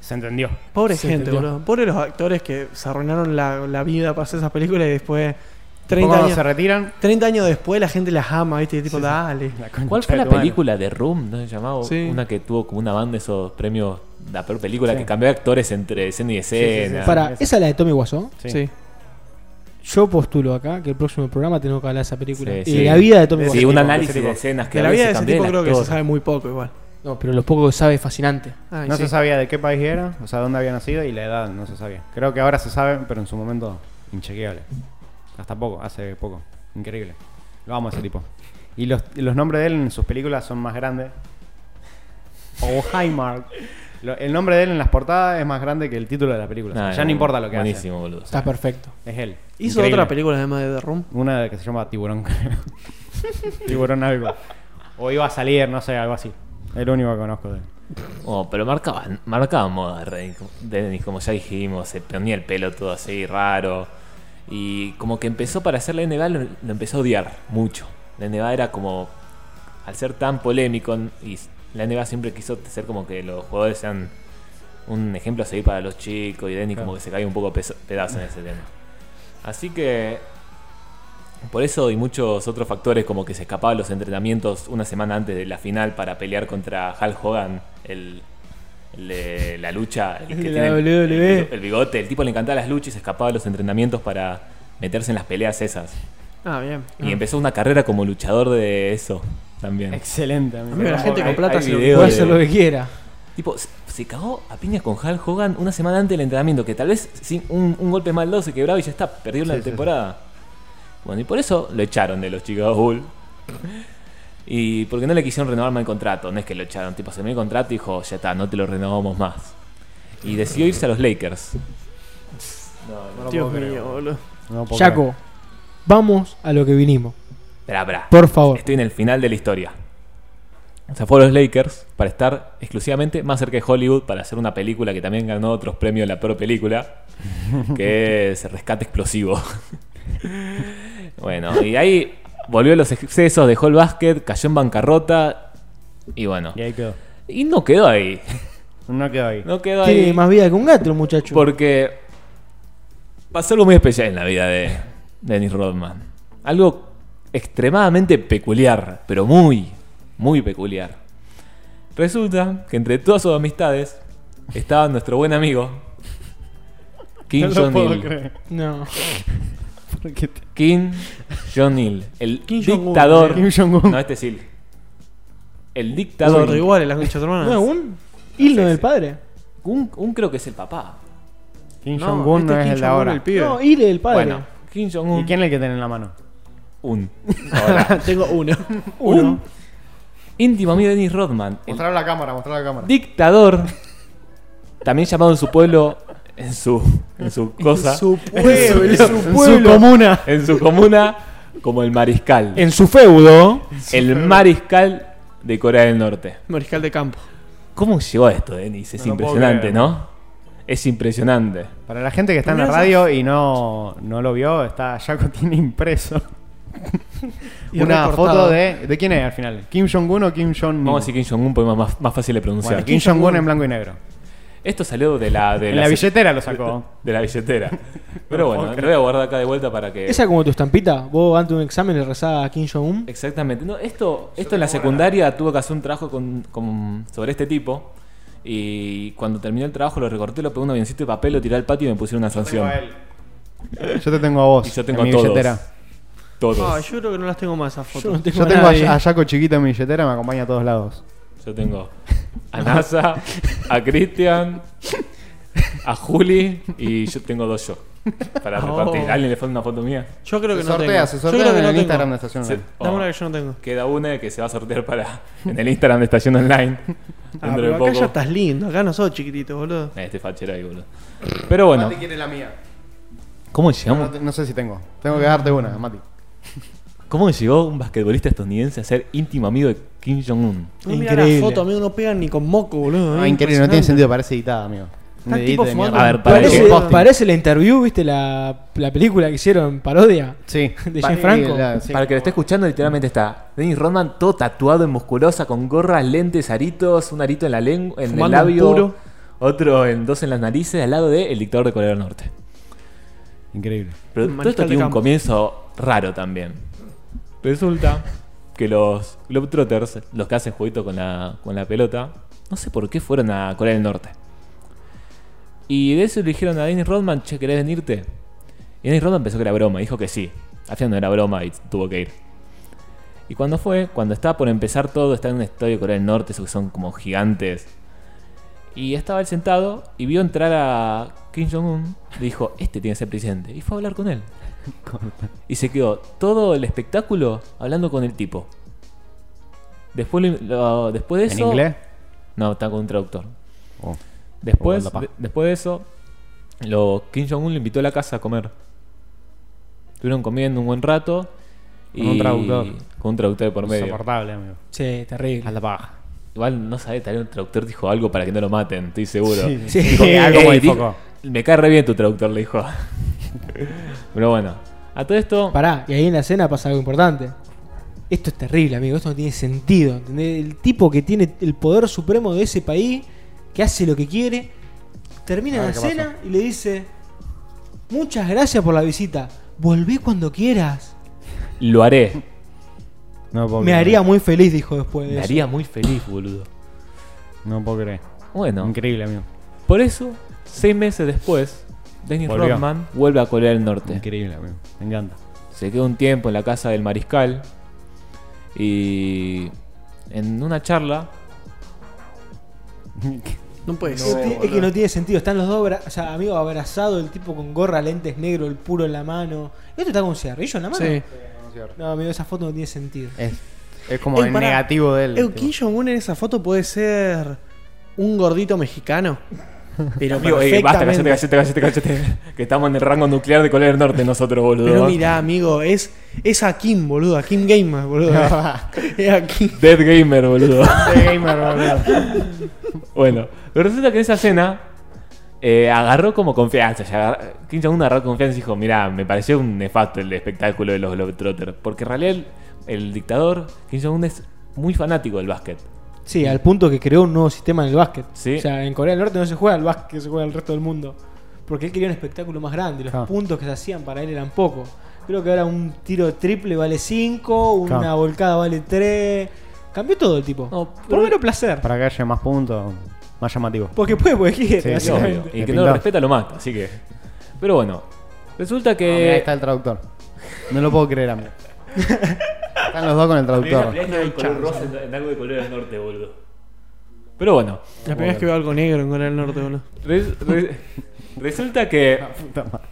[SPEAKER 1] Se entendió.
[SPEAKER 4] Pobre
[SPEAKER 3] Se
[SPEAKER 4] gente,
[SPEAKER 3] entendió.
[SPEAKER 4] boludo. Pobre los actores que se arruinaron la, la vida para hacer esas películas y después,
[SPEAKER 1] Después
[SPEAKER 4] 30
[SPEAKER 1] cuando
[SPEAKER 4] años,
[SPEAKER 1] se retiran.
[SPEAKER 4] 30 años después, la gente las ama, ¿viste? Y tipo, dale.
[SPEAKER 1] la concha
[SPEAKER 2] ¿Cuál
[SPEAKER 3] Eh,
[SPEAKER 2] fue
[SPEAKER 1] de
[SPEAKER 2] la
[SPEAKER 1] tu madre.
[SPEAKER 2] película de Room? ¿No se llamaba?
[SPEAKER 4] Sí.
[SPEAKER 2] Una que tuvo como una banda esos premios, la peor película,
[SPEAKER 1] Sí.
[SPEAKER 2] que cambió de actores entre escena y escena.
[SPEAKER 3] Para, ¿esa es la de Tommy Wiseau?
[SPEAKER 1] Sí.
[SPEAKER 4] Sí.
[SPEAKER 3] Yo postulo acá que el próximo programa tenemos que hablar de esa película.
[SPEAKER 2] Sí,
[SPEAKER 3] y
[SPEAKER 2] sí.
[SPEAKER 3] de la vida de Tommy
[SPEAKER 2] Sí,
[SPEAKER 3] Wiseau.
[SPEAKER 1] tipo,
[SPEAKER 2] un
[SPEAKER 1] de ese
[SPEAKER 2] análisis de
[SPEAKER 1] tipo.
[SPEAKER 2] escenas que
[SPEAKER 4] De la
[SPEAKER 2] a
[SPEAKER 4] vida de
[SPEAKER 2] veces
[SPEAKER 4] ese
[SPEAKER 2] cambié
[SPEAKER 4] tipo
[SPEAKER 2] el
[SPEAKER 4] creo que se
[SPEAKER 2] actor.
[SPEAKER 4] sabe muy poco igual.
[SPEAKER 3] No, pero lo poco que sabe es fascinante.
[SPEAKER 4] Ay,
[SPEAKER 1] No
[SPEAKER 4] sí.
[SPEAKER 1] se sabía de qué país era, o sea, dónde había nacido y la edad no se sabía. Creo que ahora se sabe, pero en su momento inchequeable. Hasta poco, hace poco. Increíble. Lo amo a ese tipo. Y los, y los nombres de él en sus películas son más grandes. O Highmark. Lo- el nombre de él en las portadas es más grande que el título de la película. O sea,
[SPEAKER 2] Nah,
[SPEAKER 1] ya no importa lo que
[SPEAKER 2] Ah, eh, Buenísimo, boludo.
[SPEAKER 3] Está perfecto.
[SPEAKER 1] hace. Es él.
[SPEAKER 4] Hizo
[SPEAKER 1] Increíble.
[SPEAKER 4] otra película además de The Room.
[SPEAKER 1] Una que se llama Tiburón, creo. Tiburón algo. O iba a salir, no sé, algo así. Es lo único que conozco de él.
[SPEAKER 2] Oh, pero marcaba, marcaba moda, Rey. Dennis, como ya dijimos, se ponía el pelo todo así, raro. Y como que empezó para hacer la NBA, lo, lo empezó a odiar mucho. La NBA era como, al ser tan polémico, y la NBA siempre quiso ser como que los jugadores sean un ejemplo a seguir para los chicos, y Dennis como que se cae un poco peso- pedazo en ese tema. Así que por eso y muchos otros factores como que se escapaba de los entrenamientos una semana antes de la final para pelear contra Hal Hogan, el, el de la lucha, el,
[SPEAKER 3] El
[SPEAKER 2] que
[SPEAKER 3] de
[SPEAKER 2] tiene
[SPEAKER 3] la
[SPEAKER 2] el-
[SPEAKER 3] WWE.
[SPEAKER 2] el- el bigote, el tipo le encantaba las luchas y se escapaba de los entrenamientos para meterse en las peleas esas.
[SPEAKER 4] Ah, bien.
[SPEAKER 2] Y empezó una carrera como luchador de eso también.
[SPEAKER 1] Excelente, amigo.
[SPEAKER 4] Amigo, la gente con
[SPEAKER 2] Hay-
[SPEAKER 4] plata
[SPEAKER 2] hay
[SPEAKER 4] se lo
[SPEAKER 2] video
[SPEAKER 3] Puede
[SPEAKER 2] de-
[SPEAKER 3] hacer lo que quiera.
[SPEAKER 2] Tipo, se- se cagó a piñas con Hal Hogan una semana antes del entrenamiento, que tal vez sin un, un golpe mal dado se quebraba y ya está, perdió
[SPEAKER 1] Sí,
[SPEAKER 2] la
[SPEAKER 1] sí,
[SPEAKER 2] temporada. Bueno, y por eso lo echaron de los Chicago Bulls. Y porque no le quisieron renovarme el contrato, no es que lo echaron, tipo, se me dio el contrato y dijo, ya está, no te lo renovamos más. Y decidió irse a los Lakers.
[SPEAKER 4] Dios mío, boludo.
[SPEAKER 1] No puedo creer.
[SPEAKER 3] Chaco, vamos a lo que vinimos.
[SPEAKER 2] Esperá, esperá.
[SPEAKER 3] Por favor.
[SPEAKER 2] Estoy en el final de la historia. Se fue a los Lakers para estar exclusivamente más cerca de Hollywood para hacer una película que también ganó otros premios de la peor película, que es Rescate Explosivo. bueno, y ahí volvió a los excesos, dejó el básquet, cayó en bancarrota y bueno.
[SPEAKER 1] Y ahí quedó.
[SPEAKER 2] Y no quedó ahí.
[SPEAKER 1] No quedó ahí.
[SPEAKER 2] No quedó
[SPEAKER 3] Tiene
[SPEAKER 2] ahí.
[SPEAKER 3] más vida que un gato, el muchacho.
[SPEAKER 2] Porque pasó algo muy especial en la vida de Dennis Rodman. Algo extremadamente peculiar, pero muy, muy peculiar. Resulta que entre todas sus amistades estaba nuestro buen amigo Kim
[SPEAKER 1] no lo
[SPEAKER 2] Jong-il.
[SPEAKER 1] puedo creer.
[SPEAKER 3] No.
[SPEAKER 1] Porque te-
[SPEAKER 2] Kim Jong-il, el
[SPEAKER 4] Kim Jong-un,
[SPEAKER 2] dictador.
[SPEAKER 1] Kim Jong-un.
[SPEAKER 2] no, este es Il. El
[SPEAKER 4] Son
[SPEAKER 2] dictador.
[SPEAKER 4] todos iguales las conchas hermanas.
[SPEAKER 3] No, un hilo del padre.
[SPEAKER 2] Un, un creo que es el papá.
[SPEAKER 1] Kim
[SPEAKER 4] No,
[SPEAKER 1] Jong-un no
[SPEAKER 4] este es
[SPEAKER 1] es
[SPEAKER 4] Kim
[SPEAKER 1] el de
[SPEAKER 4] Jong-un,
[SPEAKER 1] ahora.
[SPEAKER 4] el pibe.
[SPEAKER 3] No, hilo del padre.
[SPEAKER 2] Bueno, Kim
[SPEAKER 1] ¿Y
[SPEAKER 2] Jong-un.
[SPEAKER 1] quién es el que tiene en la mano?
[SPEAKER 2] Un. Ahora.
[SPEAKER 4] Tengo uno.
[SPEAKER 2] Un íntimo amigo de Dennis Rodman, el
[SPEAKER 1] Mostrar la cámara, mostrar la cámara.
[SPEAKER 2] dictador, también llamado en su pueblo, en su, en su cosa,
[SPEAKER 3] Su pueblo, en su pueblo.
[SPEAKER 1] comuna.
[SPEAKER 2] en su comuna, como el mariscal.
[SPEAKER 3] En su feudo.
[SPEAKER 2] El mariscal de Corea del Norte.
[SPEAKER 4] Mariscal de campo.
[SPEAKER 2] ¿Cómo llegó a esto, Denis? Es
[SPEAKER 1] No lo puedo
[SPEAKER 2] impresionante,
[SPEAKER 1] creer.
[SPEAKER 2] ¿no? Es impresionante.
[SPEAKER 1] Para la gente que está en la radio y no, no lo vio, está Jaco tiene impreso
[SPEAKER 4] Y
[SPEAKER 1] una
[SPEAKER 4] recortado.
[SPEAKER 1] foto de. ¿De quién es al final? ¿Kim Jong-un o Kim Jong-il?
[SPEAKER 2] Vamos a decir Kim Jong-un, poema más, más fácil de pronunciar.
[SPEAKER 1] Bueno, Kim Jong-un en blanco y negro.
[SPEAKER 2] Esto salió de la, de
[SPEAKER 1] En la billetera lo sacó.
[SPEAKER 2] De la billetera. Pero bueno, lo voy a guardar acá de vuelta para que.
[SPEAKER 3] Esa como tu estampita. Vos antes de un examen le rezás a Kim Jong-un.
[SPEAKER 2] Exactamente. No, esto, esto en la secundaria tuve que hacer un trabajo con, con- sobre este tipo. Y cuando terminé el trabajo lo recorté, lo pegué en un avioncito de papel, lo tiré al patio y me pusieron una sanción.
[SPEAKER 1] Yo te tengo a vos.
[SPEAKER 2] Y yo tengo
[SPEAKER 1] en
[SPEAKER 2] a
[SPEAKER 1] mi
[SPEAKER 2] todos.
[SPEAKER 1] billetera.
[SPEAKER 2] Todos.
[SPEAKER 4] Ah, yo creo que no las tengo más esas fotos.
[SPEAKER 3] Yo no tengo,
[SPEAKER 1] Yo tengo
[SPEAKER 3] a
[SPEAKER 1] a,
[SPEAKER 3] nadie.
[SPEAKER 1] a Jaco chiquito en mi billetera, me acompaña a todos lados.
[SPEAKER 2] Yo tengo a NASA, a Cristian, a Juli y yo tengo dos yo. Para
[SPEAKER 4] Oh.
[SPEAKER 2] repartir. ¿Alguien le falta una foto mía?
[SPEAKER 4] Yo creo que
[SPEAKER 1] se
[SPEAKER 4] no
[SPEAKER 1] sortea,
[SPEAKER 4] tengo.
[SPEAKER 1] se
[SPEAKER 4] yo creo
[SPEAKER 1] sortea
[SPEAKER 4] que
[SPEAKER 1] en
[SPEAKER 4] no
[SPEAKER 1] el
[SPEAKER 4] tengo.
[SPEAKER 1] Instagram de Estación
[SPEAKER 2] Se-
[SPEAKER 1] Online.
[SPEAKER 4] Dame
[SPEAKER 2] oh,
[SPEAKER 4] una que yo no tengo.
[SPEAKER 2] Queda una que se va a sortear para en el Instagram de Estación Online.
[SPEAKER 4] Ah,
[SPEAKER 2] Dentro de
[SPEAKER 4] pero acá
[SPEAKER 2] poco.
[SPEAKER 4] ya estás lindo. Acá no sos chiquitito, boludo.
[SPEAKER 2] Eh, Este fachero ahí, boludo. Pero bueno,
[SPEAKER 1] quiere la mía.
[SPEAKER 2] ¿cómo
[SPEAKER 1] No,
[SPEAKER 2] llegamos?
[SPEAKER 1] te- no sé si tengo. Tengo que darte una, Mati. Ah,
[SPEAKER 2] ¿Cómo llegó un basquetbolista estadounidense a ser íntimo amigo de Kim Jong-un?
[SPEAKER 4] No mira la
[SPEAKER 3] Increíble.
[SPEAKER 4] foto, amigo, no pegan ni con moco, boludo.
[SPEAKER 1] No,
[SPEAKER 4] eh,
[SPEAKER 1] Ah, increíble, no tiene
[SPEAKER 4] impresionante.
[SPEAKER 1] sentido, parece editada, amigo.
[SPEAKER 4] Está el tipo fumando
[SPEAKER 2] A ver,
[SPEAKER 4] un
[SPEAKER 2] para
[SPEAKER 4] palo.
[SPEAKER 2] que-
[SPEAKER 3] Parece,
[SPEAKER 1] posting.
[SPEAKER 3] parece la interview, ¿viste? La, la película que hicieron, parodia.
[SPEAKER 4] Ah.
[SPEAKER 1] Sí.
[SPEAKER 3] De Gianfranco.
[SPEAKER 1] La- sí.
[SPEAKER 2] Para el que lo esté escuchando, literalmente está Dennis Rodman todo tatuado en musculosa, con gorras, lentes, aritos, un arito en la lengua, en el
[SPEAKER 4] Fumando un
[SPEAKER 2] labio,
[SPEAKER 4] puro.
[SPEAKER 2] otro en dos en las narices, al lado de el dictador de Corea del Norte.
[SPEAKER 1] Increíble.
[SPEAKER 2] Pero
[SPEAKER 4] Un
[SPEAKER 2] todo esto
[SPEAKER 4] mariscal
[SPEAKER 2] tiene
[SPEAKER 4] de
[SPEAKER 2] un
[SPEAKER 4] campo.
[SPEAKER 2] comienzo raro también. Resulta que los Globetrotters, los que hacen jueguito con la, con la pelota, no sé por qué fueron a Corea del Norte. Y de eso le dijeron a Dennis Rodman, che, ¿querés venirte? Y Dennis Rodman pensó que era broma, dijo que sí. Al final no era broma y tuvo que ir. Y cuando fue, cuando estaba por empezar todo, está en un estadio de Corea del Norte, esos que son como gigantes. Y estaba él sentado y vio entrar a Kim Jong-un. Le dijo, este tiene que ser presidente. Y fue a hablar con él. Y se quedó todo el espectáculo hablando con el tipo. Después, lo- lo- después de
[SPEAKER 1] ¿En
[SPEAKER 2] eso...
[SPEAKER 1] inglés?
[SPEAKER 2] No, está con un traductor.
[SPEAKER 1] Oh.
[SPEAKER 2] Después,
[SPEAKER 1] Igual da pa.
[SPEAKER 2] de- después de eso, lo, Kim Jong-un lo invitó a la casa a comer. Estuvieron comiendo un buen rato.
[SPEAKER 1] Con un traductor.
[SPEAKER 2] Con un traductor de por medio.
[SPEAKER 1] Insoportable, amigo.
[SPEAKER 3] Sí,
[SPEAKER 1] A
[SPEAKER 3] terrible.
[SPEAKER 1] la paja.
[SPEAKER 2] Igual no sabe, tal vez un traductor dijo algo para que no lo maten, estoy seguro.
[SPEAKER 1] Sí,
[SPEAKER 3] Sí.
[SPEAKER 1] dijo que
[SPEAKER 2] Eh,
[SPEAKER 1] algo muy
[SPEAKER 2] di-
[SPEAKER 1] poco.
[SPEAKER 2] Me cae re bien tu traductor, le dijo. Pero bueno, a todo esto.
[SPEAKER 3] Pará, y ahí en la cena pasa algo importante. Esto es terrible, amigo. Esto no tiene sentido. ¿entendés? El tipo que tiene el poder supremo de ese país, que hace lo que quiere, termina
[SPEAKER 1] A ver
[SPEAKER 3] la
[SPEAKER 1] qué pasó.
[SPEAKER 3] cena y le dice: Muchas gracias por la visita. Volvé cuando quieras.
[SPEAKER 2] Lo haré.
[SPEAKER 1] No puedo
[SPEAKER 3] Me
[SPEAKER 1] creer.
[SPEAKER 3] haría muy feliz, dijo después de
[SPEAKER 2] Me
[SPEAKER 3] eso.
[SPEAKER 2] haría muy feliz, boludo.
[SPEAKER 1] No puedo creer.
[SPEAKER 2] Bueno,
[SPEAKER 1] Increíble, amigo.
[SPEAKER 2] por eso, seis meses después, Dennis
[SPEAKER 1] Volvió.
[SPEAKER 2] Rodman vuelve a Corea del Norte.
[SPEAKER 1] Increíble, amigo. Me encanta.
[SPEAKER 2] Se quedó un tiempo en la casa del mariscal. Y. En una charla.
[SPEAKER 4] No puede
[SPEAKER 3] Es que no
[SPEAKER 4] ser.
[SPEAKER 3] tiene- es que no tiene sentido. Están los dos, abra- o sea, amigo, abrazado, el tipo con gorra, lentes negro, el puro en la mano. ¿Y otro está con un cigarrillo en la mano?
[SPEAKER 4] Sí.
[SPEAKER 3] No, amigo, esa foto no tiene sentido.
[SPEAKER 1] Es, es como
[SPEAKER 4] Eh,
[SPEAKER 1] el
[SPEAKER 4] pará.
[SPEAKER 1] negativo de él.
[SPEAKER 4] El
[SPEAKER 1] tipo.
[SPEAKER 4] Kim Jong-un en esa foto puede ser un gordito mexicano. Pero
[SPEAKER 2] Amigo, eh, basta, callate,
[SPEAKER 4] perfectamente.
[SPEAKER 2] callate, callate, callate. Que estamos en el rango nuclear de Corea del Norte nosotros, boludo.
[SPEAKER 4] Pero mirá, amigo, es, es a Kim, boludo. A Kim Gamer, boludo. es a Kim.
[SPEAKER 2] Dead Gamer, boludo.
[SPEAKER 1] De gamer, boludo.
[SPEAKER 2] Bueno, pero resulta que en esa cena eh, agarró como confianza. ya agar- Kim Jong-un agarró confianza y dijo, mirá, me pareció un nefasto el espectáculo de los Globetrotters. Porque en realidad el, el dictador, Kim Jong-un, es muy fanático del básquet.
[SPEAKER 3] Sí, al punto que creó un nuevo sistema en el básquet.
[SPEAKER 2] Sí.
[SPEAKER 3] O sea, en Corea del Norte no se juega al básquet que se juega el resto del mundo. Porque él quería un espectáculo más grande. y Los
[SPEAKER 1] Claro.
[SPEAKER 3] puntos que se hacían para él eran pocos. Creo que ahora un tiro triple vale 5, una
[SPEAKER 1] Claro.
[SPEAKER 3] volcada vale 3. Cambió todo el tipo.
[SPEAKER 2] No,
[SPEAKER 3] Por
[SPEAKER 2] pero-
[SPEAKER 3] lo menos placer.
[SPEAKER 1] Para que haya más puntos, más llamativo.
[SPEAKER 3] Porque puede, porque quiere,
[SPEAKER 1] Sí,
[SPEAKER 2] Sí,
[SPEAKER 3] básicamente.
[SPEAKER 2] obvio. Y
[SPEAKER 1] Le
[SPEAKER 2] el que no
[SPEAKER 1] pintó.
[SPEAKER 2] lo respeta lo mata, así que... Pero bueno, resulta
[SPEAKER 1] Ah, mirá, ahí
[SPEAKER 2] que...
[SPEAKER 1] está el traductor. No lo puedo creer, amigo. Están los dos con el traductor.
[SPEAKER 2] en algo de Corea del Norte, boludo. Pero bueno,
[SPEAKER 4] La primera vez que veo algo negro en Corea del Norte, boludo.
[SPEAKER 2] res- res- resulta que...
[SPEAKER 1] Puta madre.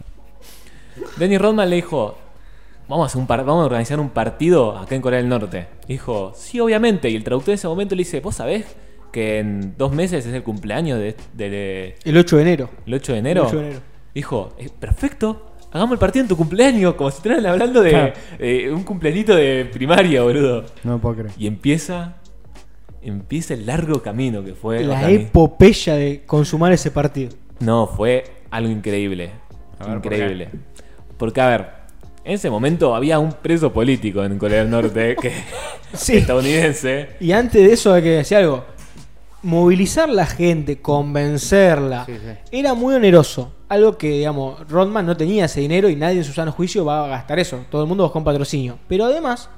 [SPEAKER 2] Denny Rodman le dijo, vamos a, hacer un par- vamos a organizar un partido acá en Corea del Norte. Dijo, sí, obviamente. Y el traductor en ese momento le dice, vos sabés que en dos meses es el cumpleaños de- del de,
[SPEAKER 3] El 8 de enero.
[SPEAKER 2] el 8 de enero.
[SPEAKER 3] El 8 de enero.
[SPEAKER 2] Dijo, "Eh, perfecto, hagamos el partido en tu cumpleaños, como si estuvieran hablando de
[SPEAKER 1] Claro.
[SPEAKER 2] eh, un cumpleañito de primaria, boludo.
[SPEAKER 1] No lo puedo creer.
[SPEAKER 2] Y empieza, empieza el largo camino que fue.
[SPEAKER 3] La
[SPEAKER 2] para mí.
[SPEAKER 3] epopeya de consumar ese partido.
[SPEAKER 2] No, fue algo increíble.
[SPEAKER 1] A ver, ¿por
[SPEAKER 2] increíble. Porque, a ver, en ese momento había un preso político en Corea del Norte que,
[SPEAKER 3] Sí.
[SPEAKER 2] estadounidense.
[SPEAKER 3] Y antes de eso hay que decir algo. Movilizar la gente, convencerla,
[SPEAKER 1] Sí, sí.
[SPEAKER 3] era muy oneroso. Algo que, digamos, Rodman no tenía ese dinero y nadie en su sano juicio va a gastar eso. Todo el mundo con patrocinio. Pero además,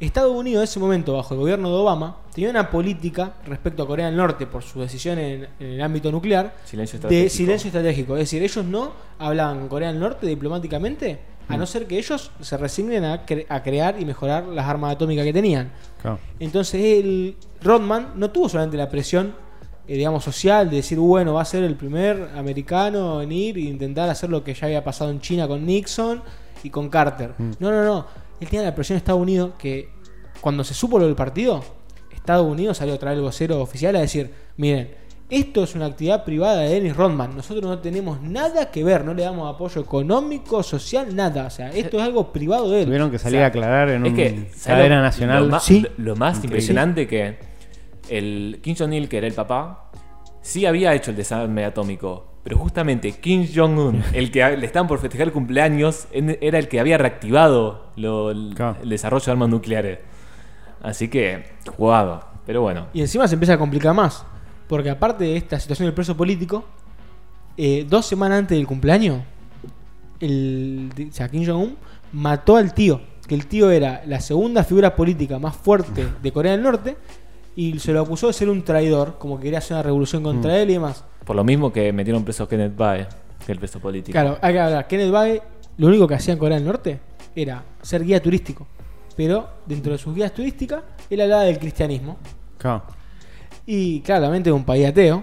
[SPEAKER 3] Estados Unidos en ese momento, bajo el gobierno de Obama, tenía una política respecto a Corea del Norte por su decisión en, en el ámbito nuclear
[SPEAKER 2] Silencio
[SPEAKER 3] de
[SPEAKER 2] estratégico.
[SPEAKER 3] silencio estratégico. Es decir, ellos no hablaban con Corea del Norte diplomáticamente, a no ser que ellos se resignen a, cre- a crear y mejorar las armas atómicas que tenían.
[SPEAKER 1] Claro.
[SPEAKER 3] Entonces el Rodman no tuvo solamente la presión, eh, digamos, social de decir, bueno, va a ser el primer americano en ir e intentar hacer lo que ya había pasado en China con Nixon y con Carter.
[SPEAKER 1] Mm.
[SPEAKER 3] No, no, no. Él tenía la presión de Estados Unidos que cuando se supo lo del partido, Estados Unidos salió a traer el vocero oficial a decir, miren, esto es una actividad privada de Dennis Rodman. Nosotros no tenemos nada que ver, no le damos apoyo económico, social, nada. O sea, esto es algo privado de él.
[SPEAKER 1] Tuvieron que salir
[SPEAKER 2] O sea,
[SPEAKER 1] a aclarar en
[SPEAKER 2] Es
[SPEAKER 1] una
[SPEAKER 2] que, ¿sabes
[SPEAKER 1] cadena
[SPEAKER 2] lo-
[SPEAKER 1] Mm, nacional.
[SPEAKER 2] Lo más,
[SPEAKER 3] Sí.
[SPEAKER 2] lo más
[SPEAKER 1] Increíble.
[SPEAKER 2] impresionante que el Kim Jong-il, que era el papá, sí había hecho el desarme atómico. Pero justamente Kim Jong-un, el que a- le estaban por festejar el cumpleaños, en- era el que había reactivado lo- el,
[SPEAKER 1] Claro.
[SPEAKER 2] el desarrollo de armas nucleares. Así que, jugado. Pero bueno.
[SPEAKER 3] Y encima se empieza a complicar más. Porque aparte de esta situación del preso político, eh, dos semanas antes del cumpleaños, el, o sea, Kim Jong-un mató al tío. Que el tío era la segunda figura política más fuerte de Corea del Norte. Y se lo acusó de ser un traidor, como que quería hacer una revolución contra él y demás.
[SPEAKER 2] Por lo mismo que metieron preso a Kenneth Bae, que el preso político.
[SPEAKER 3] Claro, hay que hablar. Kenneth Bae, lo único que hacía en Corea del Norte era ser guía turístico. pero dentro de sus guías turísticas, él hablaba del cristianismo.
[SPEAKER 1] Claro.
[SPEAKER 3] Y claramente es un país ateo.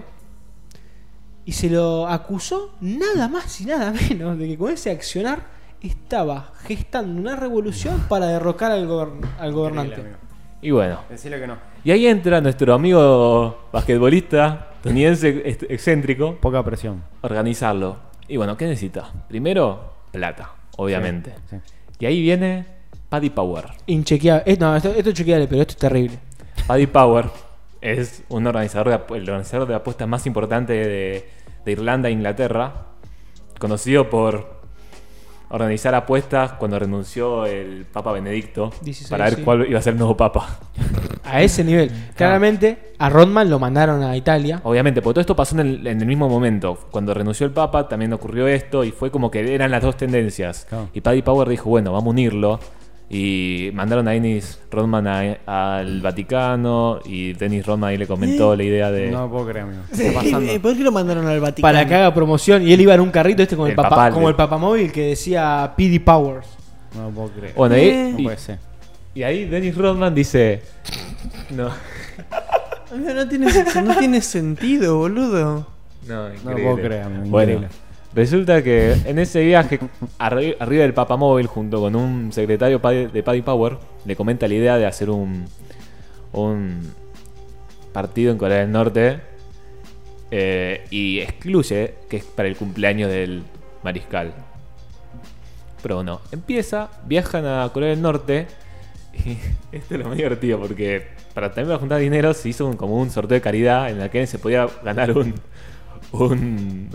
[SPEAKER 3] Y se lo acusó nada más y nada menos de que con ese accionar estaba gestando una revolución para derrocar al, gobern- al gobernante.
[SPEAKER 2] Y bueno,
[SPEAKER 1] Decirle que no.
[SPEAKER 2] y ahí entra nuestro amigo basquetbolista estadounidense ex- excéntrico
[SPEAKER 1] Poca presión.
[SPEAKER 2] a organizarlo. Y bueno, ¿qué necesita? Primero, plata, obviamente.
[SPEAKER 1] Sí.
[SPEAKER 2] Y ahí viene Paddy Power.
[SPEAKER 3] Inchequeable. Eh, no, esto, esto es chequeable, pero esto es terrible.
[SPEAKER 2] Paddy Power es un organizador de, apu- el organizador de apuestas más importante de, de Irlanda e Inglaterra, conocido por organizar apuestas cuando renunció el Papa Benedicto
[SPEAKER 3] 16,
[SPEAKER 2] para ver
[SPEAKER 3] sí.
[SPEAKER 2] cuál iba a ser el nuevo Papa.
[SPEAKER 3] A ese nivel. Claramente, a Rodman lo mandaron a Italia.
[SPEAKER 2] Obviamente, porque todo esto pasó en el, en el mismo momento. Cuando renunció el Papa también ocurrió esto y fue como que eran las dos tendencias.
[SPEAKER 1] Claro.
[SPEAKER 2] Y Paddy Power dijo, bueno, vamos a unirlo. Y mandaron a Dennis Rodman a- al Vaticano y Dennis Rodman ahí le comentó la idea de...
[SPEAKER 1] No puedo creer, amigo.
[SPEAKER 4] ¿Qué- eh, ¿Por qué lo mandaron al Vaticano?
[SPEAKER 3] Para que haga promoción. Y él iba en un carrito este con el,
[SPEAKER 2] El
[SPEAKER 3] papá,
[SPEAKER 2] papal,
[SPEAKER 3] como
[SPEAKER 2] de-
[SPEAKER 3] el papamóvil que decía PD Powers.
[SPEAKER 1] No puedo creer.
[SPEAKER 2] Bueno, ahí-
[SPEAKER 1] No
[SPEAKER 2] y-
[SPEAKER 1] puede ser.
[SPEAKER 2] Y ahí Dennis Rodman dice. No,
[SPEAKER 4] No, no tiene, no tiene sentido, boludo.
[SPEAKER 2] no,
[SPEAKER 1] No
[SPEAKER 2] increíble.
[SPEAKER 1] puedo creer, amigo.
[SPEAKER 2] Bueno,
[SPEAKER 1] Increíble.
[SPEAKER 2] resulta que en ese viaje, arri- arriba del Papamóvil, junto con un secretario pa- de Paddy Power, le comenta la idea de hacer un, un partido en Corea del Norte eh, y excluye que es para el cumpleaños del mariscal. Pero bueno, empieza, viajan a Corea del Norte y esto es lo más divertido porque para también para juntar dinero se hizo un- como un sorteo de caridad en el que se podía ganar un, un,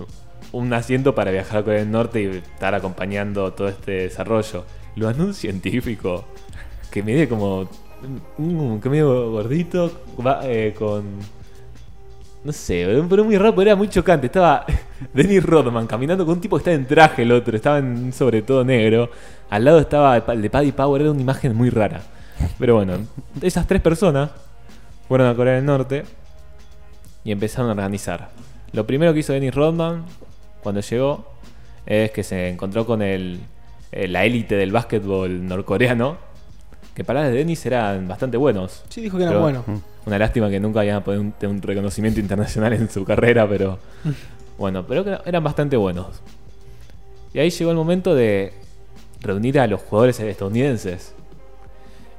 [SPEAKER 2] un asiento para viajar a Corea del Norte y estar acompañando todo este desarrollo. Lo anunció un científico que mide como. un- que medio gordito, va, eh, con. No sé, pero muy raro, pero era muy chocante. Estaba Dennis Rodman caminando con un tipo que estaba en traje, el otro, estaba en un sobre todo negro. Al lado estaba el de Paddy Power, era una imagen muy rara. Pero bueno, esas tres personas fueron a Corea del Norte y empezaron a organizar. Lo primero que hizo Dennis Rodman cuando llegó es que se encontró con el, eh, la élite del básquetbol norcoreano, que para de Dennis eran bastante buenos.
[SPEAKER 3] Sí, dijo que era
[SPEAKER 2] Pero-
[SPEAKER 3] bueno.
[SPEAKER 2] Una lástima que nunca había podido un- tener un reconocimiento internacional en su carrera, pero bueno, pero que eran bastante buenos. Y ahí llegó el momento de reunir a los jugadores estadounidenses.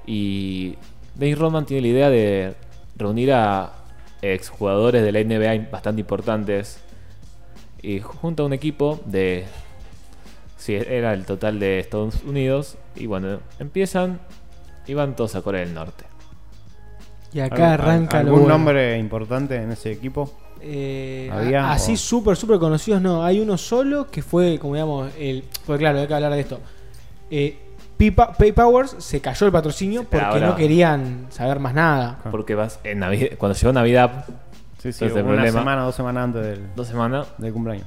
[SPEAKER 2] Y Dennis Rodman tiene la idea de reunir a exjugadores de la NBA bastante importantes y junta un equipo de sí, era el total de Estados Unidos y bueno, empiezan y van todos a Corea del Norte.
[SPEAKER 3] Y acá
[SPEAKER 1] ¿Algún-
[SPEAKER 3] arranca lo
[SPEAKER 1] ¿Algún
[SPEAKER 3] bueno.
[SPEAKER 1] nombre importante en ese equipo?
[SPEAKER 3] Eh,
[SPEAKER 1] Había,
[SPEAKER 3] así
[SPEAKER 1] o-
[SPEAKER 3] súper, súper conocidos no. Hay uno solo que fue, como digamos, el. Pues claro, hay que hablar de esto. Eh, Pipa- Pay Powers se cayó el patrocinio porque
[SPEAKER 2] ahora-
[SPEAKER 3] no querían saber más nada.
[SPEAKER 1] Ah.
[SPEAKER 2] Porque vas en Navidad, cuando llegó Navidad,
[SPEAKER 1] Sí,
[SPEAKER 2] sí,
[SPEAKER 1] sí,
[SPEAKER 2] Entonces,
[SPEAKER 1] una
[SPEAKER 2] el problema-
[SPEAKER 1] semana, dos semanas antes del,
[SPEAKER 2] dos semanas,
[SPEAKER 1] del cumpleaños.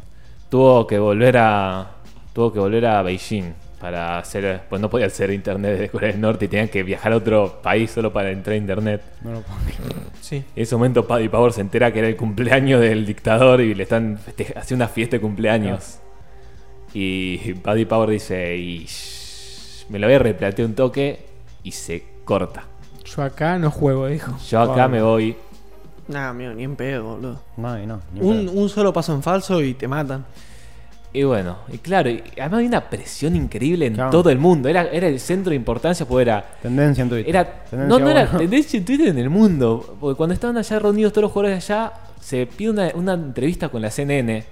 [SPEAKER 2] tuvo que volver a tuvo que volver a Beijing para hacer, pues no podía hacer internet desde Corea del Norte y tenían que viajar a otro país solo para entrar a internet.
[SPEAKER 1] No lo puedo creer.
[SPEAKER 3] Sí.
[SPEAKER 2] En ese momento Paddy Power se entera que era el cumpleaños del dictador y le están feste- haciendo una fiesta de cumpleaños. Y Paddy Power dice, y me lo voy a replantear un toque y se corta.
[SPEAKER 3] Yo acá no juego, dijo.
[SPEAKER 2] Yo acá
[SPEAKER 1] Wow.
[SPEAKER 2] me voy.
[SPEAKER 4] Nah, mío, ni en pedo, boludo.
[SPEAKER 1] No, y no. ni
[SPEAKER 4] Un,
[SPEAKER 1] pedo.
[SPEAKER 4] un solo paso en falso y te matan.
[SPEAKER 2] Y bueno, y claro, y además había una presión increíble en
[SPEAKER 1] Claro.
[SPEAKER 2] todo el mundo. Era, era el centro de importancia, porque era
[SPEAKER 1] Tendencia en Twitter.
[SPEAKER 2] Era,
[SPEAKER 1] Tendencia
[SPEAKER 2] no, no era
[SPEAKER 1] bueno.
[SPEAKER 2] tendencia en Twitter en el mundo. Porque cuando estaban allá reunidos todos los jugadores de allá, se pide una, una entrevista con la CNN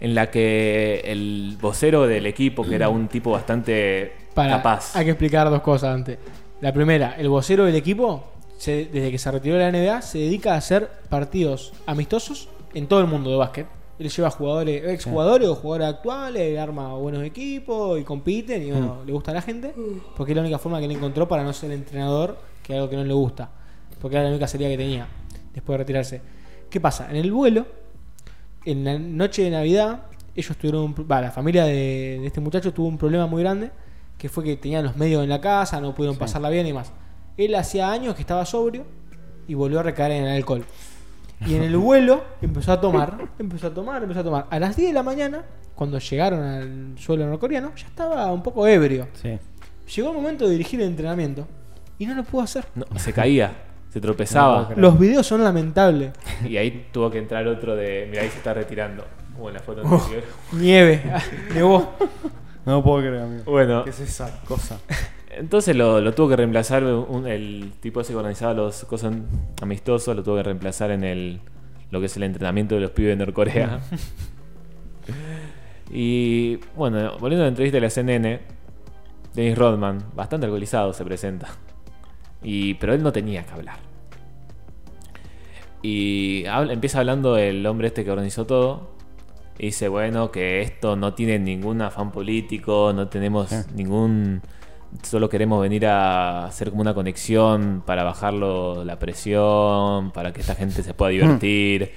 [SPEAKER 2] en la que el vocero del equipo, que era un tipo bastante
[SPEAKER 3] Para,
[SPEAKER 2] capaz,
[SPEAKER 3] Hay que explicar dos cosas antes. La primera, el vocero del equipo, se- desde que se retiró de la NBA, se dedica a hacer partidos amistosos en todo el mundo de básquet. Él lleva jugadores, exjugadores o jugadores actuales, arma buenos equipos y compiten y bueno, le gusta a la gente, porque es la única forma que él encontró para no ser entrenador, que es algo que no le gusta, porque era la única salida que tenía después de retirarse. ¿Qué pasa? En el vuelo, en la noche de Navidad, ellos tuvieron un, pro- va, la familia de, de este muchacho tuvo un problema muy grande, que fue que tenían los medios en la casa, no pudieron pasarla bien y más. Él hacía años que estaba sobrio y volvió a recaer en el alcohol. Y en el vuelo empezó a tomar, empezó a tomar, empezó a tomar. A las 10 de la mañana, cuando llegaron al suelo norcoreano, ya estaba un poco ebrio.
[SPEAKER 1] Sí.
[SPEAKER 3] llegó el momento de dirigir el entrenamiento y no lo pudo hacer.
[SPEAKER 2] No, se caía, se tropezaba.
[SPEAKER 3] Los videos son lamentables.
[SPEAKER 2] y ahí tuvo que entrar otro de. Mirá, ahí se está retirando. Como en la
[SPEAKER 1] Oh.
[SPEAKER 2] foto anterior.
[SPEAKER 3] Nieve, nevó.
[SPEAKER 1] No puedo creer, amigo.
[SPEAKER 2] Bueno,
[SPEAKER 1] ¿Qué es esa cosa?
[SPEAKER 2] entonces lo, lo tuvo que reemplazar un- el tipo ese que organizaba los cosas amistosos, lo tuvo que reemplazar en el lo que es el entrenamiento de los pibes de Norcorea. y bueno, volviendo a la entrevista de la CNN, Dennis Rodman, bastante alcoholizado, se presenta. Y, pero él no tenía que hablar. Y habla- empieza hablando el hombre este que organizó todo. Y dice, bueno, que esto no tiene ningún afán político, no tenemos
[SPEAKER 1] Eh.
[SPEAKER 2] ningún... Solo queremos venir a hacer como una conexión para bajar lo- la presión, para que esta gente se pueda divertir.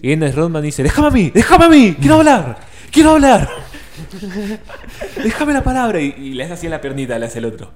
[SPEAKER 2] Y Dennis Rodman dice, déjame a mí, déjame a mí, quiero hablar, quiero hablar. déjame la palabra. Y, y le hace así en la piernita, le hace el otro.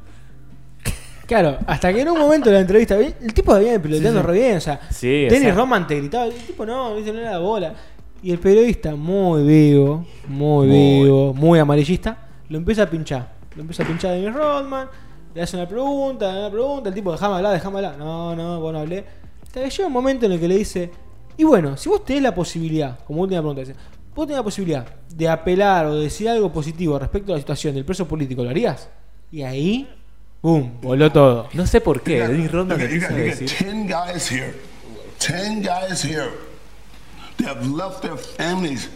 [SPEAKER 3] Claro, hasta que en un momento de la entrevista, ¿ve? el tipo había piloteando re bien, o sea,
[SPEAKER 2] Sí, o
[SPEAKER 3] Dennis
[SPEAKER 2] sea.
[SPEAKER 3] Rodman te gritaba, el tipo no, viste, no era la bola. Y el periodista, muy vivo, muy,
[SPEAKER 2] Muy.
[SPEAKER 3] vivo, muy amarillista, lo empieza a pinchar. Lo empieza a pinchar a Dennis Rodman, le hace una pregunta, una pregunta, el tipo, dejame hablar, dejame hablar. No, no, vos no hablé. Hasta que llega un momento en el que le dice, y bueno, si vos tenés la posibilidad, como última pregunta, dice, vos tenés la posibilidad de apelar o de decir algo positivo respecto a la situación del preso político, ¿lo harías? Y ahí, boom, voló todo.
[SPEAKER 2] No sé por qué, Dennis Rodman
[SPEAKER 6] You got, you
[SPEAKER 2] empieza
[SPEAKER 6] got-
[SPEAKER 2] a
[SPEAKER 6] you got
[SPEAKER 2] decir.
[SPEAKER 6] 10 guys here, 10 guys here that have left their families,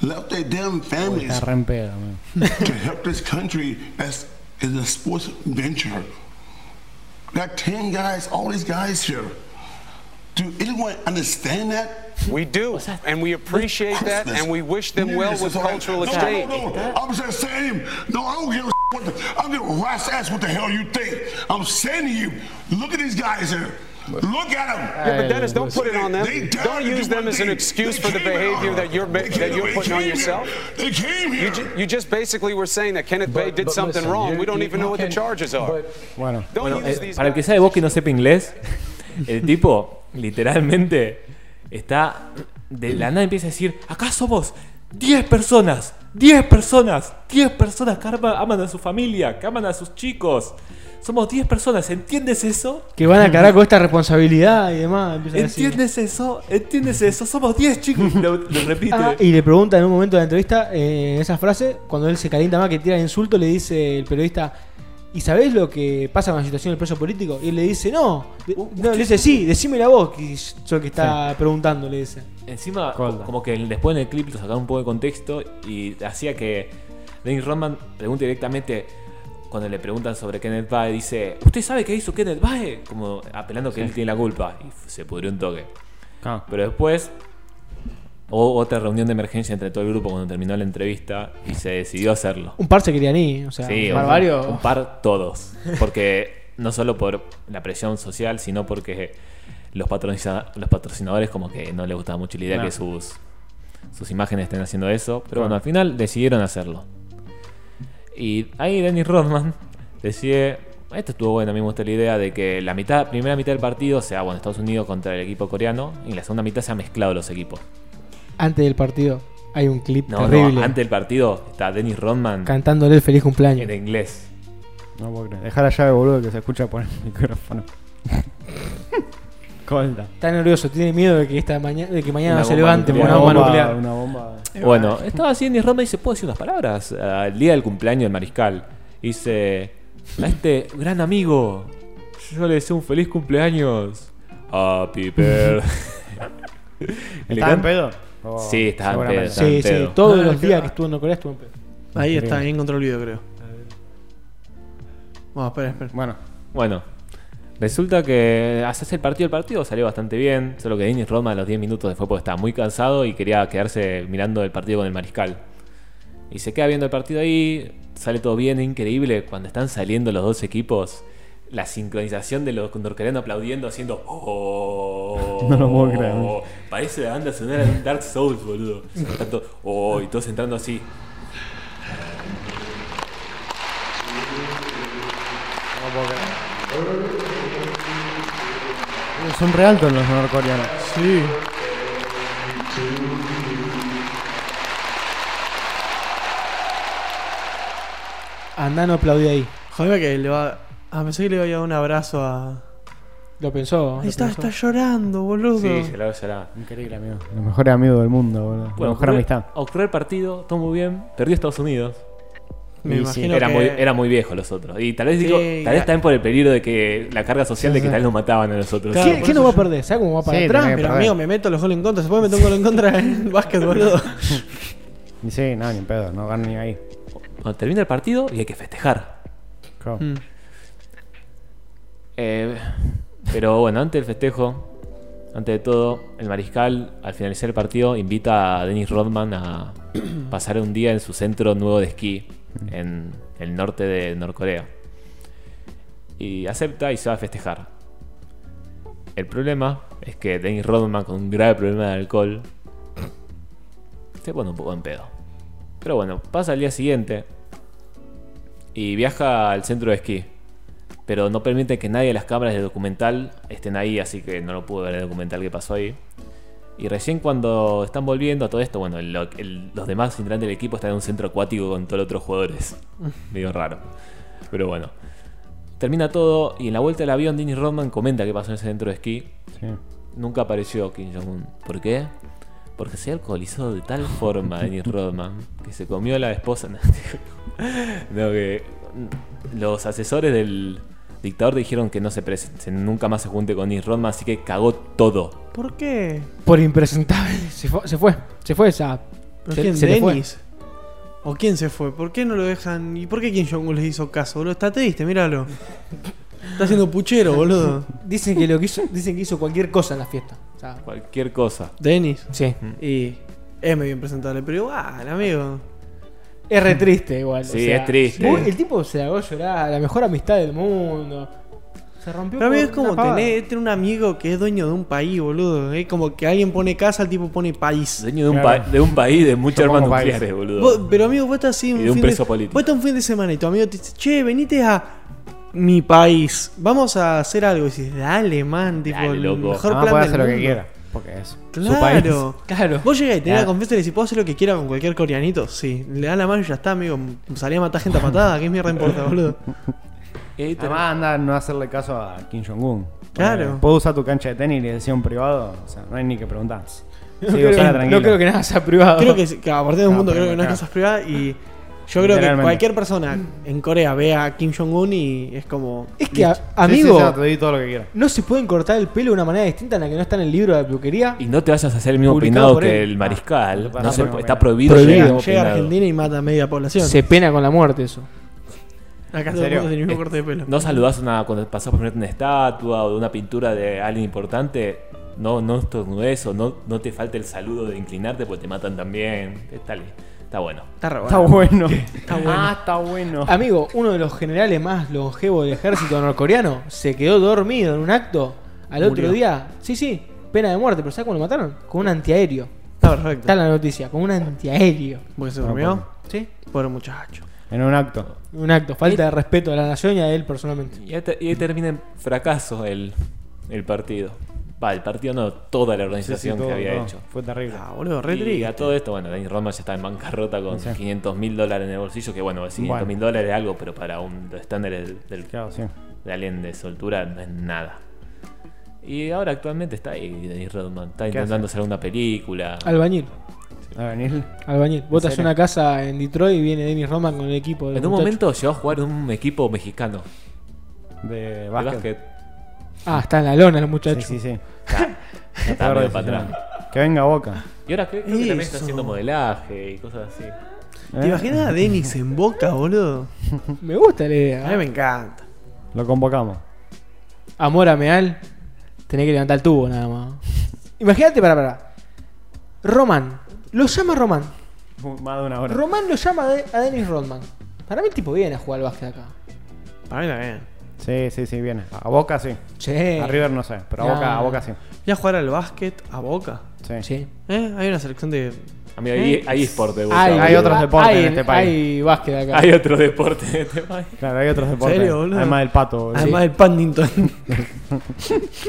[SPEAKER 6] left their damn families
[SPEAKER 1] Está re en pedo, amigo.
[SPEAKER 6] to help this country as is a sports venture. Got 10 guys, all these guys here. Do anyone understand that?
[SPEAKER 7] We do, and we appreciate that, and we wish them well with
[SPEAKER 6] This is all-
[SPEAKER 7] cultural
[SPEAKER 6] no,
[SPEAKER 7] exchange.
[SPEAKER 6] No, no, no. I'm just saying, no, I don't give a what the, I don't give a rat's ass what the hell you think. I'm saying to you, look at these guys here. Look at them.
[SPEAKER 7] Yeah, but Dennis, don't put it on them.
[SPEAKER 6] They died
[SPEAKER 7] Don't
[SPEAKER 6] to
[SPEAKER 7] use
[SPEAKER 6] do
[SPEAKER 7] them
[SPEAKER 6] one
[SPEAKER 7] as an
[SPEAKER 6] thing.
[SPEAKER 7] excuse
[SPEAKER 6] They
[SPEAKER 7] for the
[SPEAKER 6] came here.
[SPEAKER 7] behavior that you're
[SPEAKER 6] They
[SPEAKER 7] ma-
[SPEAKER 6] came-
[SPEAKER 7] that you're
[SPEAKER 6] they
[SPEAKER 7] putting on
[SPEAKER 6] came here.
[SPEAKER 7] yourself.
[SPEAKER 6] They came
[SPEAKER 7] You,
[SPEAKER 6] here.
[SPEAKER 7] ju- you just basically were saying that Kenneth Bay did
[SPEAKER 5] but
[SPEAKER 7] something
[SPEAKER 5] listen,
[SPEAKER 7] wrong.
[SPEAKER 5] you-
[SPEAKER 7] We don't
[SPEAKER 5] you-
[SPEAKER 7] even
[SPEAKER 5] you
[SPEAKER 7] know what the
[SPEAKER 5] can-
[SPEAKER 7] charges are.
[SPEAKER 5] but-
[SPEAKER 1] Bueno,
[SPEAKER 7] Don't
[SPEAKER 2] Bueno,
[SPEAKER 7] use
[SPEAKER 2] eh,
[SPEAKER 7] these
[SPEAKER 2] para el que
[SPEAKER 7] guys.
[SPEAKER 2] sea de vos que no sepa inglés, el tipo literalmente está. De la nada empieza a decir: Acá somos 10 personas, 10 personas, 10 personas que arma- aman a su familia, que aman a sus chicos. Somos 10 personas, ¿entiendes eso?
[SPEAKER 3] Que van a cargar con esta responsabilidad y demás. empieza a decir.
[SPEAKER 2] ¿Entiendes eso? ¿Entiendes eso? Somos 10 chicos. Lo, lo repite.
[SPEAKER 3] Ah, y le pregunta en un momento de la entrevista, eh, en esa frase, cuando él se calienta más que tira el insulto, le dice el periodista, ¿y sabés lo que pasa con la situación del preso político? Y él le dice, no, De- no le dice, sí, decímela vos, que yo que está preguntando, le dice.
[SPEAKER 2] Encima,
[SPEAKER 5] Colda.
[SPEAKER 2] como que después en el clip lo sacaba un poco de contexto y hacía que Dennis Rodman pregunte directamente, cuando le preguntan sobre Kenneth Bae, dice, ¿usted sabe qué hizo Kenneth Bae? Como apelando que él tiene la culpa. Y f- se pudrió un toque.
[SPEAKER 1] ah,
[SPEAKER 2] Pero después hubo otra reunión de emergencia entre todo el grupo cuando terminó la entrevista y se decidió hacerlo.
[SPEAKER 3] Un par se querían ir, o sea,
[SPEAKER 2] Sí, un,
[SPEAKER 3] un par varios.
[SPEAKER 2] un par todos. Porque no solo por la presión social, sino porque los, patroniza- los patrocinadores como que no les gustaba mucho la idea
[SPEAKER 1] No.
[SPEAKER 2] que sus, sus imágenes estén haciendo eso. Pero bueno, al final decidieron hacerlo. Y ahí Dennis Rodman decide... Esto estuvo bueno, a mí me gusta la idea de que la mitad, primera mitad del partido sea, bueno, Estados Unidos contra el equipo coreano y la segunda mitad se ha mezclado los equipos.
[SPEAKER 3] Antes del partido hay un clip
[SPEAKER 2] No,
[SPEAKER 3] terrible
[SPEAKER 2] no, antes del partido está Dennis Rodman
[SPEAKER 3] cantándole el feliz cumpleaños.
[SPEAKER 2] en inglés.
[SPEAKER 1] no puedo creer. Deja la llave, boludo, que se escucha por el micrófono. Colda.
[SPEAKER 3] Está nervioso, tiene miedo de que, esta mañana, de que mañana
[SPEAKER 2] Una
[SPEAKER 3] no se
[SPEAKER 2] bomba
[SPEAKER 3] levante por
[SPEAKER 2] nuclear.
[SPEAKER 3] una bomba nuclear.
[SPEAKER 1] Una bomba.
[SPEAKER 2] Bueno, estaba así Dennis Rodman y dice, ¿puedo decir unas palabras? Ah, El día del cumpleaños del mariscal. Dice, a este gran amigo, yo le deseo un feliz cumpleaños. Happy birthday.
[SPEAKER 1] ¿Está
[SPEAKER 2] Le
[SPEAKER 1] en
[SPEAKER 2] canta-
[SPEAKER 1] pedo?
[SPEAKER 2] Sí, está en pedo.
[SPEAKER 1] seguramente.
[SPEAKER 2] Está
[SPEAKER 3] Sí,
[SPEAKER 2] en
[SPEAKER 3] sí,
[SPEAKER 2] pedo.
[SPEAKER 3] todos los días que estuvo en Corea estuvo en pedo.
[SPEAKER 4] Ahí está, ahí encontró el video, creo. Bueno, espera, espera.
[SPEAKER 1] Bueno,
[SPEAKER 2] Bueno, resulta que haces el partido, el partido salió bastante bien, solo que Dennis Rodman a los 10 minutos después porque estaba muy cansado y quería quedarse mirando el partido con el mariscal. Y se queda viendo el partido ahí, sale todo bien, es increíble cuando están saliendo los dos equipos. La sincronización de los norcoreanos aplaudiendo, haciendo. "Oh".
[SPEAKER 1] No lo puedo creer.
[SPEAKER 2] Parece la banda sonora de un Dark Souls, boludo. Tanto, "Oh", y todos entrando así.
[SPEAKER 1] son re altos los norcoreanos. Sí.
[SPEAKER 3] Andá no aplaudí ahí.
[SPEAKER 4] Jodeme que le va. Ah, pensé que le iba a dar un abrazo a.
[SPEAKER 3] Lo pensó.
[SPEAKER 4] Ahí
[SPEAKER 3] lo
[SPEAKER 4] está,
[SPEAKER 3] pensó.
[SPEAKER 4] está llorando, boludo.
[SPEAKER 2] Sí, se la será.
[SPEAKER 1] Increíble, amigo. Los mejores amigos del mundo, boludo. la mejor amistad.
[SPEAKER 2] Ocurrió el partido, todo muy bien. Perdió Estados Unidos.
[SPEAKER 4] Me
[SPEAKER 1] Y sí,
[SPEAKER 4] imagino
[SPEAKER 2] Era
[SPEAKER 4] que-
[SPEAKER 2] muy, era muy viejo los otros. Y tal vez digo,
[SPEAKER 4] Sí,
[SPEAKER 2] tal vez
[SPEAKER 4] ya.
[SPEAKER 2] también por el peligro de que la carga social de que
[SPEAKER 1] Sí, sí.
[SPEAKER 2] tal vez nos mataban a nosotros.
[SPEAKER 4] Claro,
[SPEAKER 3] ¿Quién,
[SPEAKER 4] por
[SPEAKER 3] quién
[SPEAKER 4] eso
[SPEAKER 3] nos va a
[SPEAKER 4] yo-
[SPEAKER 3] perder? ¿Sabes cómo va para
[SPEAKER 1] Sí,
[SPEAKER 3] atrás?
[SPEAKER 1] tenés-
[SPEAKER 4] Pero
[SPEAKER 1] Perdón.
[SPEAKER 4] amigo, me meto los goles en contra. Se puede meter un gol en contra en el básquet, boludo.
[SPEAKER 1] Y sí, nada, ni en pedo, no ganan ni ahí.
[SPEAKER 2] Cuando termina el partido y hay que festejar.
[SPEAKER 1] Claro.
[SPEAKER 4] Mm.
[SPEAKER 2] Eh, pero bueno, antes del festejo, antes de todo, el mariscal al finalizar el partido invita a Dennis Rodman a pasar un día en su centro nuevo de esquí en el norte de Norcorea. Y acepta y se va a festejar. El problema es que Dennis Rodman con un grave problema de alcohol se pone un poco en pedo. Pero bueno, pasa al día siguiente y viaja al centro de esquí pero no permite que nadie de las cámaras del documental estén ahí, así que no lo pude ver el documental que pasó ahí. Y recién cuando están volviendo a todo esto, bueno, el- el- los demás integrantes del equipo están en un centro acuático con todos los otros jugadores. Medio raro. Pero bueno. Termina todo y en la vuelta del avión, Dennis Rodman comenta qué pasó en ese centro de esquí.
[SPEAKER 1] Sí.
[SPEAKER 2] Nunca apareció Kim Jong-un. ¿Por qué? Porque se alcoholizó de tal forma Dennis Rodman que se comió a la esposa. No, no, que los asesores del dictador dijeron que no se presen- se- nunca más se junte con Dennis Rodman, así que cagó todo.
[SPEAKER 4] ¿Por qué?
[SPEAKER 3] Por impresentable. Se fue, se fue, se fue esa.
[SPEAKER 4] ¿Pero
[SPEAKER 3] Se-
[SPEAKER 4] quién?
[SPEAKER 3] se le fue.
[SPEAKER 4] ¿Denis? ¿O quién se fue? ¿Por qué no lo dejan? ¿Y por qué Kim Jong-un les hizo caso, boludo? Está triste, míralo. Está haciendo puchero, boludo.
[SPEAKER 3] Dicen que lo que hizo, dicen que hizo cualquier cosa en la fiesta. O sea,
[SPEAKER 2] Cualquier cosa.
[SPEAKER 4] Denis.
[SPEAKER 3] sí.
[SPEAKER 4] Y es medio impresentable, pero igual, amigo.
[SPEAKER 3] Es re triste igual. o
[SPEAKER 2] Sí,
[SPEAKER 3] sea,
[SPEAKER 2] es triste.
[SPEAKER 3] muy- el tipo se hago llorar, la mejor amistad del mundo. Se rompió.
[SPEAKER 4] Pero a mí
[SPEAKER 3] por
[SPEAKER 4] es como
[SPEAKER 3] una pavada.
[SPEAKER 4] tener, tener un amigo que es dueño de un país, boludo. Es como que alguien pone casa, el tipo pone país.
[SPEAKER 2] Dueño de un,
[SPEAKER 1] Claro.
[SPEAKER 2] pa- de un país de muchas
[SPEAKER 1] Yo pongo
[SPEAKER 2] armas
[SPEAKER 1] país.
[SPEAKER 2] nucleares, boludo.
[SPEAKER 4] Vos- pero amigo, vos estás así
[SPEAKER 2] Y de un preso
[SPEAKER 4] de,
[SPEAKER 2] político.
[SPEAKER 4] Vos estás un fin de semana y tu amigo te dice, che, venite a mi país. Vamos a hacer algo. Y dices, dale, man, tipo,
[SPEAKER 2] Dale,
[SPEAKER 4] el
[SPEAKER 2] loco.
[SPEAKER 4] mejor
[SPEAKER 1] Mamá
[SPEAKER 4] plan
[SPEAKER 1] puede
[SPEAKER 4] del
[SPEAKER 1] hacer lo que
[SPEAKER 4] mundo".
[SPEAKER 1] quiera, porque es su país.
[SPEAKER 4] Claro.
[SPEAKER 3] Claro.
[SPEAKER 4] Vos llegás y tenés
[SPEAKER 1] Claro.
[SPEAKER 4] la confianza y le decís, ¿puedo hacer lo que quiera con cualquier coreanito? Sí. Le da la mano y ya está, amigo. Salí a matar gente a patada. ¿Qué mierda importa, boludo?
[SPEAKER 2] Y ahí termina-
[SPEAKER 1] Además, anda a no hacerle caso a Kim Jong-un.
[SPEAKER 4] Claro.
[SPEAKER 1] Ponele, Puedo usar tu cancha de tenis y le decía un privado. O sea, no hay ni que preguntar. Sí, usala
[SPEAKER 3] no,
[SPEAKER 1] tranquilo.
[SPEAKER 3] creo que nada sea privado.
[SPEAKER 4] Creo que, que a partir de un
[SPEAKER 1] No,
[SPEAKER 4] mundo creo
[SPEAKER 1] pero
[SPEAKER 4] que no hay
[SPEAKER 1] acá.
[SPEAKER 4] casas privadas y yo creo que
[SPEAKER 1] Literalmente.
[SPEAKER 4] cualquier persona en Corea ve a Kim Jong-un y es como...
[SPEAKER 3] Es que, a-
[SPEAKER 1] Sí, sí,
[SPEAKER 3] amigo,
[SPEAKER 1] sí, no, te doy todo lo que quieras.
[SPEAKER 3] no se pueden cortar el pelo de una manera distinta en la que no está en el libro de la peluquería.
[SPEAKER 2] Y no te vayas a hacer el mismo
[SPEAKER 1] Publicado
[SPEAKER 2] peinado
[SPEAKER 1] por
[SPEAKER 2] que
[SPEAKER 1] él.
[SPEAKER 2] el mariscal.
[SPEAKER 1] Ah,
[SPEAKER 2] No se-
[SPEAKER 1] no,
[SPEAKER 2] está
[SPEAKER 1] no.
[SPEAKER 2] prohibido,
[SPEAKER 3] Prohibido.
[SPEAKER 2] llegar
[SPEAKER 4] Llega,
[SPEAKER 2] al
[SPEAKER 4] llega a
[SPEAKER 2] peinado.
[SPEAKER 4] Argentina y mata a media población.
[SPEAKER 3] Se pena con la muerte eso.
[SPEAKER 4] Acá
[SPEAKER 1] ¿En
[SPEAKER 4] todo el
[SPEAKER 1] serio?
[SPEAKER 4] mundo tiene el mismo
[SPEAKER 2] Eh,
[SPEAKER 4] corte de pelo.
[SPEAKER 2] No saludás una, cuando pasás por frente de una estatua o de una pintura de alguien importante. No, no estornudes o no, no te falta el saludo de inclinarte porque te matan también. Está, li- está bueno.
[SPEAKER 4] Está re
[SPEAKER 1] Está
[SPEAKER 4] bueno.
[SPEAKER 1] bueno.
[SPEAKER 4] bueno.
[SPEAKER 1] Ah, está bueno.
[SPEAKER 3] Amigo, uno de los generales más longevos del ejército norcoreano se quedó dormido en un acto. Al otro
[SPEAKER 4] Murió.
[SPEAKER 3] día, sí, sí, pena de muerte, pero ¿sabes cómo lo mataron? Con un antiaéreo.
[SPEAKER 4] Está
[SPEAKER 3] Está
[SPEAKER 4] perfecto.
[SPEAKER 3] en la noticia, con un antiaéreo.
[SPEAKER 4] Porque se
[SPEAKER 1] No,
[SPEAKER 4] durmió.
[SPEAKER 3] ¿Sí?
[SPEAKER 4] Pobre muchacho.
[SPEAKER 1] En un acto.
[SPEAKER 3] Un acto, falta de respeto a la nación y a él personalmente.
[SPEAKER 2] Y ahí, te- y ahí termina en fracaso el, el partido. Va, el partido no, toda
[SPEAKER 1] Sí,
[SPEAKER 2] la
[SPEAKER 1] sí,
[SPEAKER 2] organización
[SPEAKER 1] todo,
[SPEAKER 2] que había
[SPEAKER 1] no,
[SPEAKER 2] hecho.
[SPEAKER 1] Fue terrible.
[SPEAKER 4] Ah, boludo, re
[SPEAKER 2] Y a
[SPEAKER 4] triste.
[SPEAKER 2] todo esto, bueno, Danny Rodman ya está en bancarrota con
[SPEAKER 1] Sí.
[SPEAKER 2] 500 mil dólares en el bolsillo, que bueno, 500 mil dólares es algo, pero para un los estándares del, del
[SPEAKER 1] Claro, sí.
[SPEAKER 2] de alguien de soltura no es nada. Y ahora actualmente está ahí Dennis Rodman, está intentando hacer una película.
[SPEAKER 3] Albañil,
[SPEAKER 1] A venir.
[SPEAKER 3] albañil. Vos te haces
[SPEAKER 1] serio?
[SPEAKER 3] una casa en Detroit y viene Dennis Roman con el equipo. de
[SPEAKER 2] En un
[SPEAKER 3] muchachos.
[SPEAKER 2] momento llegó a jugar en un equipo mexicano
[SPEAKER 1] De
[SPEAKER 2] de
[SPEAKER 1] básquet.
[SPEAKER 2] básquet.
[SPEAKER 3] Ah, está en la lona el muchacho.
[SPEAKER 1] Sí, sí, sí.
[SPEAKER 2] Ya está medio para
[SPEAKER 1] Decisión.
[SPEAKER 2] atrás.
[SPEAKER 1] Que venga Boca.
[SPEAKER 2] Y ahora creo, creo que también está
[SPEAKER 4] Eso.
[SPEAKER 2] haciendo modelaje y cosas así.
[SPEAKER 4] ¿Te
[SPEAKER 1] ¿Eh?
[SPEAKER 4] imaginas a Denis en boca, boludo?
[SPEAKER 3] Me gusta la
[SPEAKER 4] A mí
[SPEAKER 3] idea. ¿eh?
[SPEAKER 4] me encanta.
[SPEAKER 1] Lo convocamos.
[SPEAKER 3] Amor a Meal, tenés que levantar el tubo nada más. Imagínate, para, para. Roman, lo llama Roman.
[SPEAKER 1] Más de una hora.
[SPEAKER 3] Román lo llama de- a Dennis Rodman. Para mí el tipo viene a jugar al básquet acá.
[SPEAKER 4] Para mí también.
[SPEAKER 1] Sí, sí, sí, viene. A Boca sí.
[SPEAKER 3] Che.
[SPEAKER 1] A River no sé, pero a
[SPEAKER 3] No.
[SPEAKER 1] Boca, a Boca sí.
[SPEAKER 4] Ya jugar al básquet a boca.
[SPEAKER 1] Sí.
[SPEAKER 3] Che.
[SPEAKER 4] ¿Eh? Hay una selección de.
[SPEAKER 2] Amigo, ahí, ahí es por de vuelta,
[SPEAKER 3] Hay,
[SPEAKER 2] boludo.
[SPEAKER 1] hay otros deportes
[SPEAKER 3] hay-
[SPEAKER 1] en este país.
[SPEAKER 3] Hay básquet acá.
[SPEAKER 2] Hay otro deporte en este país.
[SPEAKER 1] Claro, hay otros deportes.
[SPEAKER 4] serio, boludo?
[SPEAKER 1] Además del pato, boludo.
[SPEAKER 4] Además del Paddington.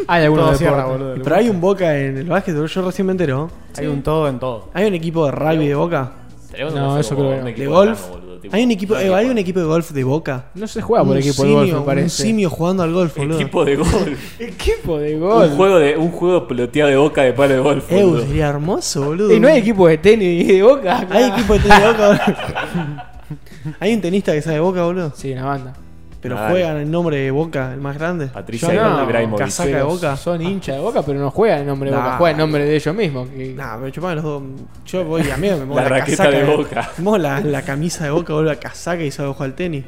[SPEAKER 3] Hay
[SPEAKER 1] Todo
[SPEAKER 3] algunos deportes.
[SPEAKER 1] cierra, boludo.
[SPEAKER 4] Pero hay un boca en el básquet, yo recién me entero.
[SPEAKER 1] Hay un todo en todo.
[SPEAKER 4] ¿Hay un equipo de rugby de boca?
[SPEAKER 2] Estaría
[SPEAKER 3] No,
[SPEAKER 2] bueno hacer
[SPEAKER 3] eso
[SPEAKER 2] como
[SPEAKER 3] creo que
[SPEAKER 2] un
[SPEAKER 3] no.
[SPEAKER 2] equipo
[SPEAKER 4] ¿De golf?
[SPEAKER 2] verano, boludo. tipo,
[SPEAKER 4] Hay un equipo,
[SPEAKER 2] no
[SPEAKER 4] eh, hay un equipo de golf de Boca.
[SPEAKER 3] No se juega por
[SPEAKER 4] Un
[SPEAKER 3] equipo de golf,
[SPEAKER 4] simio-
[SPEAKER 3] me parece.
[SPEAKER 4] Un simio jugando al golf, boludo.
[SPEAKER 2] Equipo de golf.
[SPEAKER 3] Equipo de
[SPEAKER 2] un,
[SPEAKER 3] golf.
[SPEAKER 2] juego de, un juego peloteado de boca de palo de golf.
[SPEAKER 4] Eu,
[SPEAKER 2] boludo.
[SPEAKER 4] sería hermoso, boludo.
[SPEAKER 3] Y no hay equipo de tenis y de boca. acá.
[SPEAKER 4] Hay equipo de tenis de Boca, boludo. Hay un tenista que sabe de Boca, boludo.
[SPEAKER 3] Sí, una banda.
[SPEAKER 4] Pero
[SPEAKER 2] Nadal.
[SPEAKER 4] juegan el nombre de Boca, el más grande.
[SPEAKER 2] Patricia
[SPEAKER 3] Yo no,
[SPEAKER 2] Ibrahimovic.
[SPEAKER 4] casaca de
[SPEAKER 3] Pero
[SPEAKER 4] Boca.
[SPEAKER 3] Son hinchas de boca, pero no juegan en nombre de
[SPEAKER 4] Nah.
[SPEAKER 3] boca, juegan en nombre de ellos mismos. que-
[SPEAKER 4] Nah, pero chupame los dos. Yo voy a mí me mola
[SPEAKER 2] La raqueta
[SPEAKER 4] casaca
[SPEAKER 2] de Boca.
[SPEAKER 4] Me mola la camisa de Boca, boludo, la casaca y sabe jugar al tenis.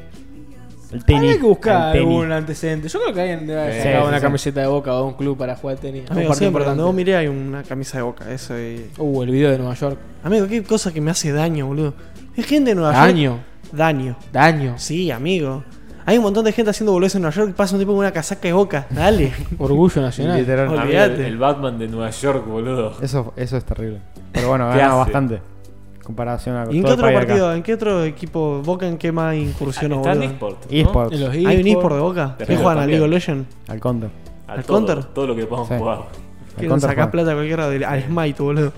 [SPEAKER 8] El tenis.
[SPEAKER 3] Habría que buscar
[SPEAKER 8] el tenis.
[SPEAKER 3] algún antecedente. Yo creo que alguien debe haber
[SPEAKER 8] Sí,
[SPEAKER 3] sacado
[SPEAKER 8] sí,
[SPEAKER 3] una
[SPEAKER 8] sí.
[SPEAKER 3] camiseta de boca o un club para jugar al tenis.
[SPEAKER 4] Amigo,
[SPEAKER 3] un partido
[SPEAKER 4] siempre
[SPEAKER 3] importante.
[SPEAKER 4] cuando vos miré hay una camisa de Boca, eso y...
[SPEAKER 3] Uh, el video de Nueva York.
[SPEAKER 4] Amigo, qué cosa que me hace daño, boludo. Es gente de Nueva York.
[SPEAKER 3] Daño,
[SPEAKER 4] Daño.
[SPEAKER 3] daño,
[SPEAKER 4] Sí, amigo. Hay un montón de gente haciendo boludeces en Nueva York y pasa un tipo con una casaca de Boca. Dale.
[SPEAKER 3] orgullo nacional.
[SPEAKER 1] Literal.
[SPEAKER 4] Ol-
[SPEAKER 2] Amigo, el,
[SPEAKER 4] Olvídate.
[SPEAKER 2] el Batman de Nueva York, boludo.
[SPEAKER 1] Eso, eso es terrible. Pero bueno,
[SPEAKER 2] ¿Qué
[SPEAKER 1] gana
[SPEAKER 2] hace?
[SPEAKER 1] bastante. En comparación a
[SPEAKER 4] ¿Y en qué
[SPEAKER 1] todo el
[SPEAKER 4] otro
[SPEAKER 1] país acá.
[SPEAKER 4] partido, en qué otro equipo Boca en qué más incursionó,
[SPEAKER 2] Está en
[SPEAKER 4] boludo?
[SPEAKER 2] eSport. ¿no?
[SPEAKER 1] eSports,
[SPEAKER 3] En los
[SPEAKER 4] Hay un
[SPEAKER 3] eSports.
[SPEAKER 4] eSport de Boca. ¿Qué
[SPEAKER 2] Terrible
[SPEAKER 4] juegan al
[SPEAKER 2] también.
[SPEAKER 4] League of Legends?
[SPEAKER 1] al Counter.
[SPEAKER 2] A
[SPEAKER 4] ¿Al
[SPEAKER 2] todo,
[SPEAKER 4] Counter?
[SPEAKER 2] Todo lo que podamos
[SPEAKER 1] Sí.
[SPEAKER 2] jugar.
[SPEAKER 1] Al
[SPEAKER 4] Quieren
[SPEAKER 1] Counter
[SPEAKER 4] sacar
[SPEAKER 1] juegan.
[SPEAKER 4] plata a cualquiera del, al Smite, boludo.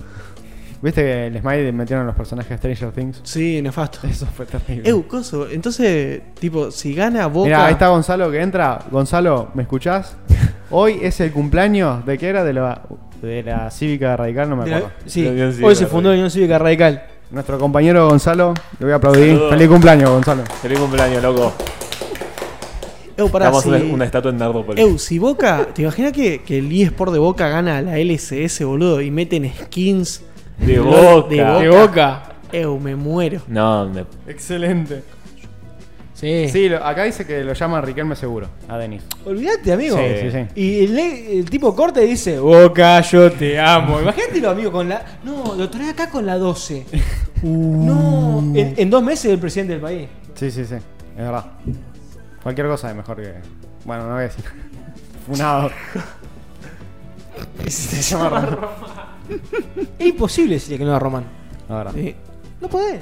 [SPEAKER 1] ¿Viste que el Smite metieron a los personajes de Stranger Things?
[SPEAKER 4] Sí, nefasto.
[SPEAKER 1] Eso fue terrible.
[SPEAKER 4] Eu, coso. Entonces, tipo, si gana Boca...
[SPEAKER 1] Mira, ahí está Gonzalo que entra. Gonzalo, ¿me escuchás? Hoy es el cumpleaños de que era de la, de la cívica radical, no me
[SPEAKER 3] De la-
[SPEAKER 1] acuerdo.
[SPEAKER 3] sí,
[SPEAKER 2] La Unión Cívica
[SPEAKER 3] hoy se fundó la Unión Cívica Radical.
[SPEAKER 1] Nuestro compañero Gonzalo, le voy a aplaudir.
[SPEAKER 2] Saludos.
[SPEAKER 1] Feliz cumpleaños, Gonzalo.
[SPEAKER 2] Feliz cumpleaños, loco.
[SPEAKER 4] Eu, pará,
[SPEAKER 2] Damos
[SPEAKER 4] si-
[SPEAKER 2] una, una estatua en Nardópolis.
[SPEAKER 4] Eu, si Boca... ¿Te imaginas que, que el eSport de Boca gana la LSS, boludo? Y meten skins.
[SPEAKER 2] De
[SPEAKER 4] de
[SPEAKER 2] boca.
[SPEAKER 4] Boca.
[SPEAKER 3] De boca.
[SPEAKER 4] Eu, me muero.
[SPEAKER 2] No, me-
[SPEAKER 1] Excelente.
[SPEAKER 3] Sí.
[SPEAKER 1] Sí, lo- acá dice que lo llama Riquelme Seguro, a Denis.
[SPEAKER 3] Olvídate, amigo.
[SPEAKER 1] Sí, sí, sí.
[SPEAKER 3] Y el, le- el tipo corta y dice, Boca, yo te amo. Imagínatelo, amigo, con la... No, lo trae acá con la 12. Uh. No, en, en dos meses el presidente del país.
[SPEAKER 1] Sí, sí, sí, es verdad. Cualquier cosa es mejor que. Bueno, no voy a decir. Funado. Se llama Román.
[SPEAKER 3] Es imposible decirle que no a Román.
[SPEAKER 1] Ahora.
[SPEAKER 4] Sí.
[SPEAKER 3] No podés.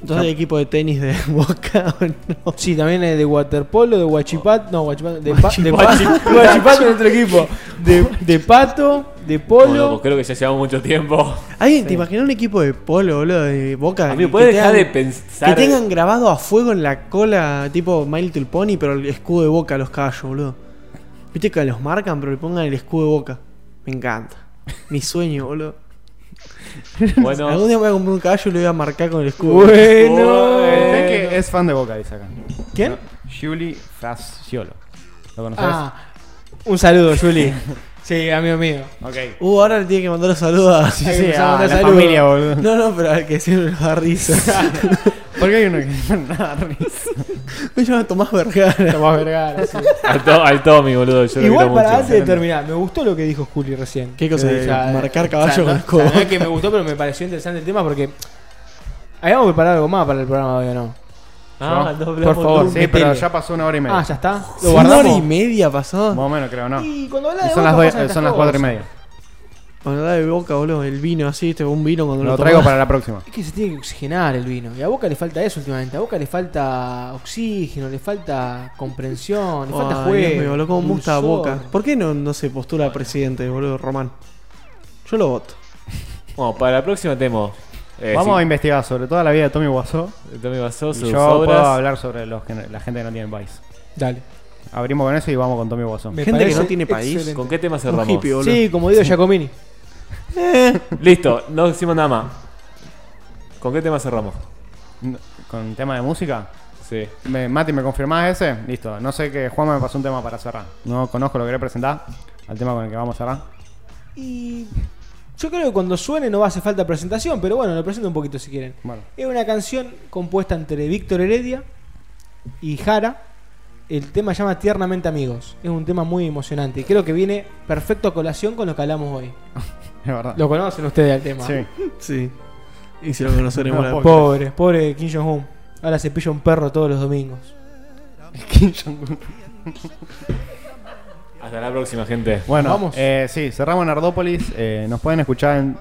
[SPEAKER 4] Entonces, el equipo de tenis de Boca o no.
[SPEAKER 3] Sí, también es de waterpolo, de huachipat, no, huachipat, de, pa- de pa-
[SPEAKER 2] Huachipato.
[SPEAKER 3] huachipato es otro equipo. De, de pato, de
[SPEAKER 2] Bueno, pues
[SPEAKER 3] polo.
[SPEAKER 2] creo que ya llevamos mucho tiempo.
[SPEAKER 4] ¿Alguien te imaginó un equipo de polo, boludo, de Boca?
[SPEAKER 2] Amigo,
[SPEAKER 4] que
[SPEAKER 2] ¿puedes dejar
[SPEAKER 4] tengan-
[SPEAKER 2] de pensar?
[SPEAKER 4] Que tengan grabado a fuego en la cola, tipo My Little Pony, pero el escudo de Boca a los caballos, boludo. Viste que los marcan, pero le pongan el escudo de Boca. Me encanta. Mi sueño, boludo. Algún
[SPEAKER 2] Bueno,
[SPEAKER 4] día me voy a comprar un caballo y lo voy a marcar con el escudo.
[SPEAKER 3] Bueno.
[SPEAKER 1] Sé que es fan de Boca, dice acá.
[SPEAKER 3] ¿Quién?
[SPEAKER 1] Julie Fraziolo. ¿Lo conoces?
[SPEAKER 3] Ah, un saludo, Juli. Sí, amigo mío.
[SPEAKER 1] Ok.
[SPEAKER 4] Uh, ahora le tiene que mandar saludos a...
[SPEAKER 1] Sí, sí,
[SPEAKER 3] Empezamos a
[SPEAKER 1] a la
[SPEAKER 3] mandar saludos.
[SPEAKER 1] familia, boludo.
[SPEAKER 4] No, no, pero al que siempre nos da risa.
[SPEAKER 1] Porque hay uno que no da risa.
[SPEAKER 4] Me llama Tomás Vergara.
[SPEAKER 3] Tomás Vergara, sí.
[SPEAKER 2] al, to- al Tommy, boludo. Yo lo
[SPEAKER 3] Igual
[SPEAKER 2] quiero
[SPEAKER 3] para
[SPEAKER 2] mucho.
[SPEAKER 3] antes de terminar, me gustó lo que dijo Juli recién.
[SPEAKER 4] ¿Qué cosa
[SPEAKER 3] Que,
[SPEAKER 4] dijo?
[SPEAKER 3] o sea,
[SPEAKER 4] Marcar
[SPEAKER 3] o sea,
[SPEAKER 4] caballo
[SPEAKER 3] no-
[SPEAKER 4] con escoba.
[SPEAKER 3] o sea, no es que me gustó, pero me pareció interesante el tema porque habíamos preparado algo más para el programa hoy o no.
[SPEAKER 2] Ah,
[SPEAKER 4] no,
[SPEAKER 3] Por favor,
[SPEAKER 1] Oh, Sí, pero
[SPEAKER 3] metele.
[SPEAKER 1] ya pasó una hora y media.
[SPEAKER 3] Ah, ya está. Lo
[SPEAKER 4] ¿Una hora
[SPEAKER 3] guardamos.
[SPEAKER 4] y media pasó?
[SPEAKER 1] Más o menos, creo, ¿no? Y
[SPEAKER 3] Y cuando habla de
[SPEAKER 1] son
[SPEAKER 3] Boca
[SPEAKER 1] las, due-
[SPEAKER 3] pasan estas
[SPEAKER 1] son las cuatro y
[SPEAKER 3] cosas.
[SPEAKER 1] media.
[SPEAKER 4] Cuando da de boca, boludo, el vino así, este, un vino cuando
[SPEAKER 1] Lo
[SPEAKER 4] lo
[SPEAKER 1] traigo
[SPEAKER 4] tomás.
[SPEAKER 1] para la próxima.
[SPEAKER 3] Es que se tiene que oxigenar el vino. Y a Boca le falta eso últimamente. A Boca le falta oxígeno, le falta comprensión, le falta
[SPEAKER 4] Ay,
[SPEAKER 3] juego.
[SPEAKER 4] Dios mío, boludo, cómo me gusta
[SPEAKER 3] dulzor.
[SPEAKER 4] Boca. ¿Por qué no, no se postula a presidente, boludo, Román? Yo lo voto.
[SPEAKER 2] Bueno, para la próxima tenemos. eh,
[SPEAKER 1] Vamos a
[SPEAKER 2] sí,
[SPEAKER 1] investigar sobre toda la vida de Tommy Wiseau.
[SPEAKER 2] Tommy Basó,
[SPEAKER 1] Y yo
[SPEAKER 2] sus
[SPEAKER 1] puedo
[SPEAKER 2] obras.
[SPEAKER 1] hablar sobre los que, no- la gente que no tiene país.
[SPEAKER 3] Dale.
[SPEAKER 1] Abrimos con eso y vamos con Tommy Guasón.
[SPEAKER 3] Me
[SPEAKER 4] Gente que no
[SPEAKER 3] parece
[SPEAKER 4] tiene país,
[SPEAKER 3] excelente.
[SPEAKER 2] ¿Con qué tema
[SPEAKER 4] Un
[SPEAKER 2] cerramos?
[SPEAKER 4] hippie, boludo.
[SPEAKER 3] Sí, como digo Giacomini.
[SPEAKER 2] Listo, no decimos nada más. ¿Con qué tema cerramos?
[SPEAKER 1] Con tema de música.
[SPEAKER 2] Sí.
[SPEAKER 1] Me- Mati, ¿me confirmás ese? Listo. No sé que Juanma me pasó un tema para cerrar. No conozco lo que querés presentar. Al tema con el que vamos a cerrar.
[SPEAKER 3] Y yo creo que cuando suene no va a hacer falta presentación, pero bueno, lo presento un poquito si quieren.
[SPEAKER 1] Bueno.
[SPEAKER 3] Es una canción compuesta entre Víctor Heredia y Jara. El tema se llama Tiernamente Amigos. Es un tema muy emocionante y creo que viene perfecto a colación con lo que hablamos hoy.
[SPEAKER 1] Es verdad.
[SPEAKER 3] Lo conocen ustedes al tema.
[SPEAKER 1] Sí.
[SPEAKER 4] Sí. Y si lo conoceremos
[SPEAKER 1] No,
[SPEAKER 4] la
[SPEAKER 1] pobre.
[SPEAKER 3] Pobre, pobre Kim Jong-un. Ahora se pilla un perro todos los domingos.
[SPEAKER 2] Hasta la próxima, gente.
[SPEAKER 1] Bueno,
[SPEAKER 3] Vamos.
[SPEAKER 1] eh, sí, cerramos Nardópolis. Eh, nos pueden escuchar en.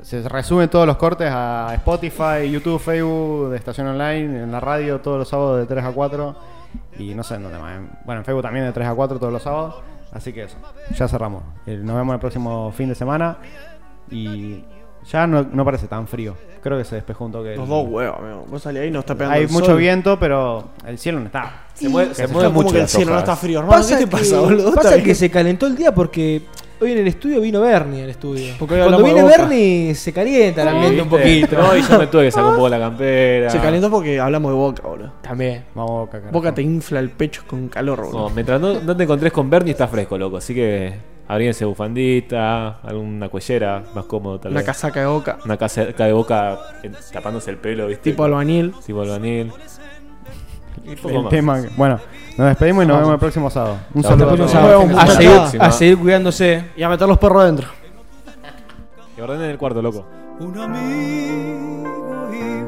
[SPEAKER 1] Se resumen todos los cortes a Spotify, YouTube, Facebook, de Estación Online, en la radio todos los sábados de 3 a 4. Y no sé en dónde más. en- Bueno, en Facebook también de 3 a 4 todos los sábados. Así que eso, ya cerramos. Eh, nos vemos el próximo fin de semana. Y Ya no, no parece tan frío. Creo que se despejó un toque.
[SPEAKER 4] Los
[SPEAKER 1] el-
[SPEAKER 4] dos huevos, amigo. Vos salís ahí y no está pegando
[SPEAKER 1] Hay
[SPEAKER 4] el
[SPEAKER 1] mucho
[SPEAKER 4] sol.
[SPEAKER 1] viento, pero el cielo no está.
[SPEAKER 2] Se mueve, se
[SPEAKER 1] Está
[SPEAKER 2] mueve
[SPEAKER 4] Como
[SPEAKER 2] mucho
[SPEAKER 4] que el
[SPEAKER 2] las
[SPEAKER 4] cielo no
[SPEAKER 2] hojas.
[SPEAKER 4] está frío, hermano. ¿Qué te pasa, boludo?
[SPEAKER 3] pasa
[SPEAKER 4] Está
[SPEAKER 3] que
[SPEAKER 4] bien.
[SPEAKER 3] se calentó el día porque hoy en el estudio vino Bernie al estudio.
[SPEAKER 4] Porque hoy
[SPEAKER 3] Cuando
[SPEAKER 4] hablamos de
[SPEAKER 3] viene
[SPEAKER 4] Boca.
[SPEAKER 3] Bernie se calienta el ambiente un
[SPEAKER 2] ¿Viste?
[SPEAKER 3] poquito.
[SPEAKER 2] No, y yo me tuve que sacar un poco la campera.
[SPEAKER 4] Se calentó porque hablamos de Boca, boludo.
[SPEAKER 3] También.
[SPEAKER 1] Vamos, Boca, carajo.
[SPEAKER 4] Boca te infla el pecho con calor,
[SPEAKER 2] No,
[SPEAKER 4] boludo.
[SPEAKER 2] mientras no, no te encontrés con Bernie está fresco, loco. Así que abríguense bufandita, alguna cuellera más cómodo tal
[SPEAKER 4] Una
[SPEAKER 2] vez.
[SPEAKER 4] casaca de Boca.
[SPEAKER 2] Una casaca de boca eh, tapándose el pelo, ¿viste?
[SPEAKER 4] Tipo albañil.
[SPEAKER 2] Tipo albanil. Y poco
[SPEAKER 1] El
[SPEAKER 2] más.
[SPEAKER 1] tema. que- Bueno, nos despedimos y nos vemos el próximo sábado. Un
[SPEAKER 2] Chao,
[SPEAKER 1] saludo.
[SPEAKER 2] hasta
[SPEAKER 1] a
[SPEAKER 2] el
[SPEAKER 1] todos.
[SPEAKER 2] próximo sábado.
[SPEAKER 3] A
[SPEAKER 2] Hasta
[SPEAKER 3] seguir,
[SPEAKER 2] la
[SPEAKER 3] a
[SPEAKER 2] próxima.
[SPEAKER 3] seguir cuidándose.
[SPEAKER 4] Y a meter los perros adentro.
[SPEAKER 2] Que ordenen el cuarto, loco.
[SPEAKER 8] un amigo